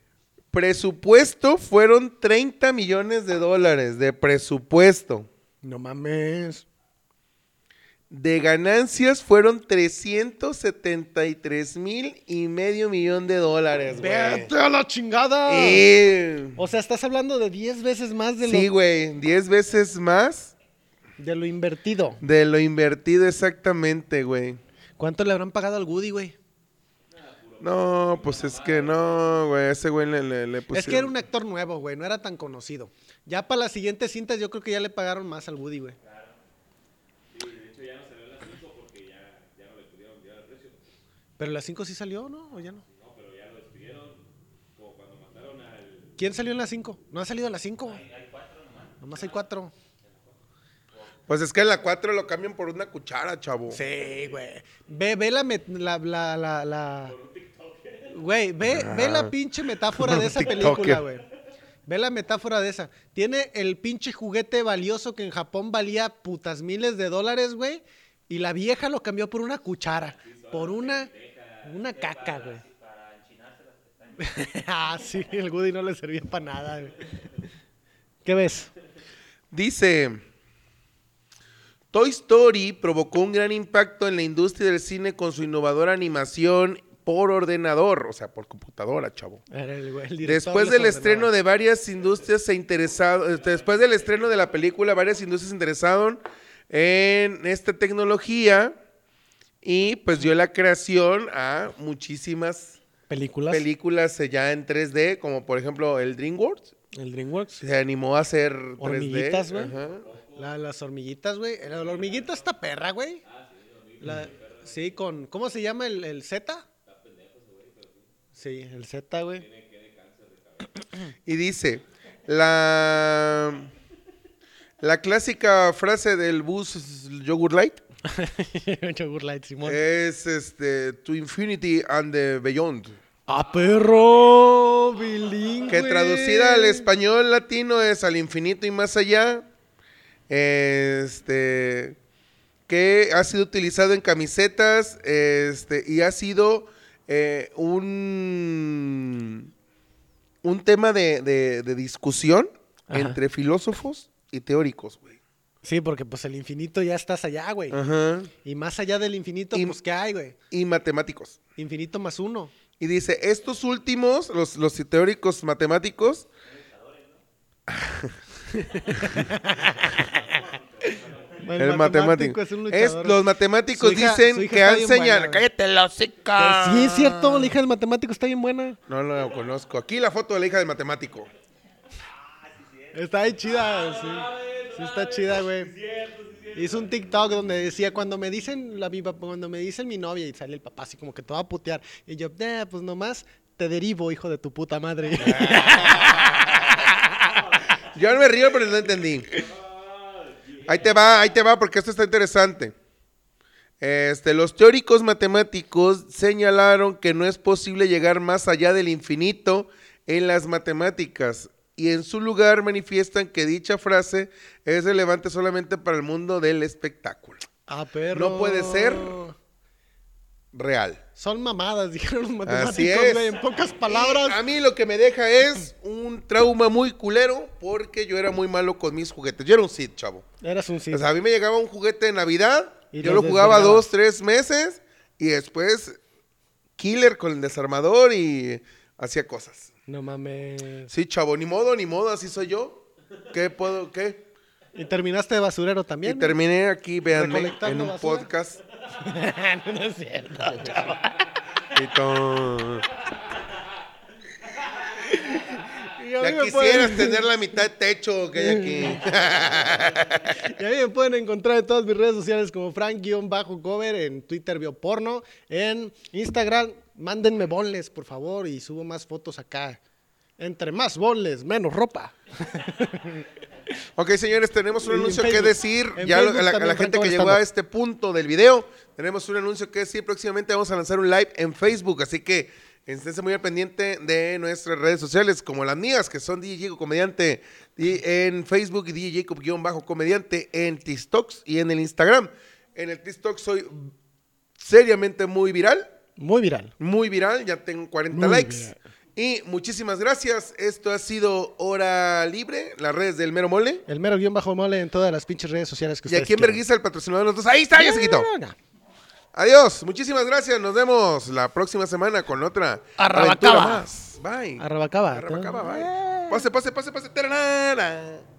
Speaker 2: Presupuesto fueron 30 millones de dólares de presupuesto.
Speaker 3: No mames.
Speaker 2: de ganancias fueron 373 mil y medio millón de dólares, güey.
Speaker 3: ¡Vete a la chingada!
Speaker 2: Eh,
Speaker 3: O sea, estás hablando de 10 veces más de,
Speaker 2: Sí,
Speaker 3: lo,
Speaker 2: güey, 10 veces más
Speaker 3: de lo invertido.
Speaker 2: de lo invertido exactamente, güey.
Speaker 3: ¿Cuánto le habrán pagado al Woody, güey?
Speaker 2: No, pues es que no, güey, ese güey le, le, le
Speaker 3: es que era
Speaker 2: pusieron-
Speaker 3: un actor nuevo, güey, no era tan conocido. Ya para las siguientes cintas yo creo que ya le pagaron más al Woody, güey. Pero las 5 sí salió, ¿no? ¿O ya no? No, pero ya lo despidieron como cuando mataron al... ¿Quién salió en las 5? No ha salido en las 5. Hay 4 nomás. Nomás hay 4.
Speaker 2: Pues es que en la 4 lo cambian por una cuchara, chavo.
Speaker 3: Sí, güey. Ve, ve la, met- la, la, la, la- Güey, ve, ve la
Speaker 2: *laughs*
Speaker 3: pinche metáfora de esa película,
Speaker 2: TikToker.
Speaker 3: güey. Ve la metáfora de esa. Tiene el pinche juguete valioso que en Japón valía putas miles de dólares, güey. Y la vieja lo cambió por una cuchara. Por una. Una caca, güey. *laughs* ah, sí, el Woody no le servía para nada, güey. ¿Qué ves?
Speaker 2: Dice, Toy Story provocó un gran impacto en la industria del cine con su innovadora animación por ordenador, o sea, por computadora, chavo.
Speaker 3: Era el güey, el director
Speaker 2: Después
Speaker 3: les
Speaker 2: del
Speaker 3: ordenaba.
Speaker 2: estreno de varias industrias se interesaron, eh, después del estreno de la película, varias industrias se interesaron en esta tecnología y pues dio la creación a muchísimas
Speaker 3: ¿Películas?
Speaker 2: películas eh, ya en 3D, como por ejemplo el DreamWorks,
Speaker 3: el DreamWorks.
Speaker 2: se animó a hacer 3D.
Speaker 3: Hormiguitas, güey.
Speaker 2: ajá.
Speaker 3: La- las hormiguitas, güey. La, la hormiguita está perra, güey. Ah, La- sí, con. ¿Cómo se llama el, el Z? Sí, el Z, *laughs* güey.
Speaker 2: Y dice, la, la clásica frase del bus Yogurt Light
Speaker 3: Yogur Light, Simón.
Speaker 2: es este, To Infinity and the Beyond.
Speaker 3: ¡A ¡Ah, perro! Bilingüe.
Speaker 2: Que traducida al español latino es al infinito y más allá. Este. Que ha sido utilizado en camisetas. Este. Y ha sido eh, un. Un tema de, de- de discusión
Speaker 3: Ajá.
Speaker 2: entre filósofos y teóricos, güey.
Speaker 3: Sí, porque pues el infinito ya estás allá, güey.
Speaker 2: Ajá.
Speaker 3: Y más allá del infinito,
Speaker 2: Y-
Speaker 3: pues ¿qué hay, güey?
Speaker 2: Y matemáticos.
Speaker 3: Infinito más uno.
Speaker 2: Y dice, estos últimos, los, los teóricos matemáticos... El, matemático.
Speaker 3: es un
Speaker 2: Es-
Speaker 3: luchador.
Speaker 2: los matemáticos
Speaker 3: Su hija- su
Speaker 2: dicen
Speaker 3: hija
Speaker 2: que
Speaker 3: está
Speaker 2: han
Speaker 3: bien buena,
Speaker 2: señalado...
Speaker 3: güey.
Speaker 2: ¡Cállate la hocica!
Speaker 3: Sí, es cierto, la hija del matemático está bien buena.
Speaker 2: No lo conozco. Aquí la foto de la hija del matemático.
Speaker 3: Está ahí chida, sí. Sí está chida, güey. Hizo un TikTok donde decía, cuando me dicen la mi pap- cuando me dicen mi novia y sale el papá así como que te va a putear. Y yo, "Nah, pues nomás te derivo, hijo de tu
Speaker 2: *laughs*
Speaker 3: puta madre.
Speaker 2: Yo no me río, pero no entendí. Ahí te va, ahí te va, porque esto está interesante. Este, los teóricos matemáticos señalaron que no es posible llegar más allá del infinito en las matemáticas. Y en su lugar manifiestan que dicha frase es relevante solamente para el mundo del espectáculo.
Speaker 3: ah, perro.
Speaker 2: No puede ser. Real.
Speaker 3: Son mamadas, *laughs* dijeron los
Speaker 2: Así
Speaker 3: matemáticos,
Speaker 2: es.
Speaker 3: güey, en pocas
Speaker 2: Y
Speaker 3: palabras.
Speaker 2: a mí lo que me deja es un trauma muy culero porque yo era muy malo con mis juguetes. Yo era un Sid, chavo.
Speaker 3: Eras un sí.
Speaker 2: O sea, a mí me llegaba un juguete de Navidad,
Speaker 3: Y
Speaker 2: yo lo
Speaker 3: los
Speaker 2: jugaba
Speaker 3: desvergaba.
Speaker 2: dos, tres meses y después killer con el desarmador y hacía cosas.
Speaker 3: No mames.
Speaker 2: Sí, chavo, ni modo, ni modo, así soy yo. ¿Qué puedo, qué?
Speaker 3: Y terminaste de basurero también.
Speaker 2: Y terminé aquí, véanme,
Speaker 3: Recolectando
Speaker 2: en un
Speaker 3: basura.
Speaker 2: podcast.
Speaker 3: *laughs* ¿no? no es cierto.
Speaker 2: Y todo.
Speaker 3: Y a mí
Speaker 2: Ya
Speaker 3: me pueden-
Speaker 2: quisieras tener la mitad de techo que
Speaker 3: *laughs*
Speaker 2: hay aquí.
Speaker 3: Y a mí me pueden encontrar en todas mis redes sociales como Frank-Cover, en Twitter Bioporno, en Instagram. Mándenme bonles, por favor, y subo más fotos acá. Entre más bonles, menos ropa.
Speaker 2: Ok, señores, tenemos un
Speaker 3: Y en
Speaker 2: anuncio que
Speaker 3: Facebook.
Speaker 2: decir.
Speaker 3: En
Speaker 2: Ya lo-
Speaker 3: Facebook
Speaker 2: a la, a la
Speaker 3: también,
Speaker 2: gente
Speaker 3: Franco
Speaker 2: que llegó
Speaker 3: Stand Up.
Speaker 2: a este punto del video, tenemos un anuncio que decir. Próximamente vamos a lanzar un live en Facebook, así que esténse muy al pendiente de nuestras redes sociales, como las mías, que son DJ Jacob Comediante y en Facebook y DJ Jacob-Comediante en TikToks y en el Instagram. En el TikTok soy seriamente muy viral,
Speaker 3: Muy viral.
Speaker 2: muy viral, ya tengo 40
Speaker 3: Muy
Speaker 2: likes.
Speaker 3: viral.
Speaker 2: Y muchísimas gracias. Esto ha sido Hora Libre, las redes del Mero Mole.
Speaker 3: El mero guión bajo mole en todas las pinches redes sociales que
Speaker 2: Y
Speaker 3: ustedes
Speaker 2: aquí en
Speaker 3: quieran.
Speaker 2: Berguisa, el patrocinador de nosotros. Ahí está, ya se quitó.
Speaker 3: No, no, no.
Speaker 2: Adiós. Muchísimas gracias. Nos vemos la próxima semana con otra aventura
Speaker 3: Arrabacaba.
Speaker 2: más. Bye.
Speaker 3: Arrabacaba. Eh.
Speaker 2: Arrabacaba, bye. Pase, pase, pase, pase. Tararara.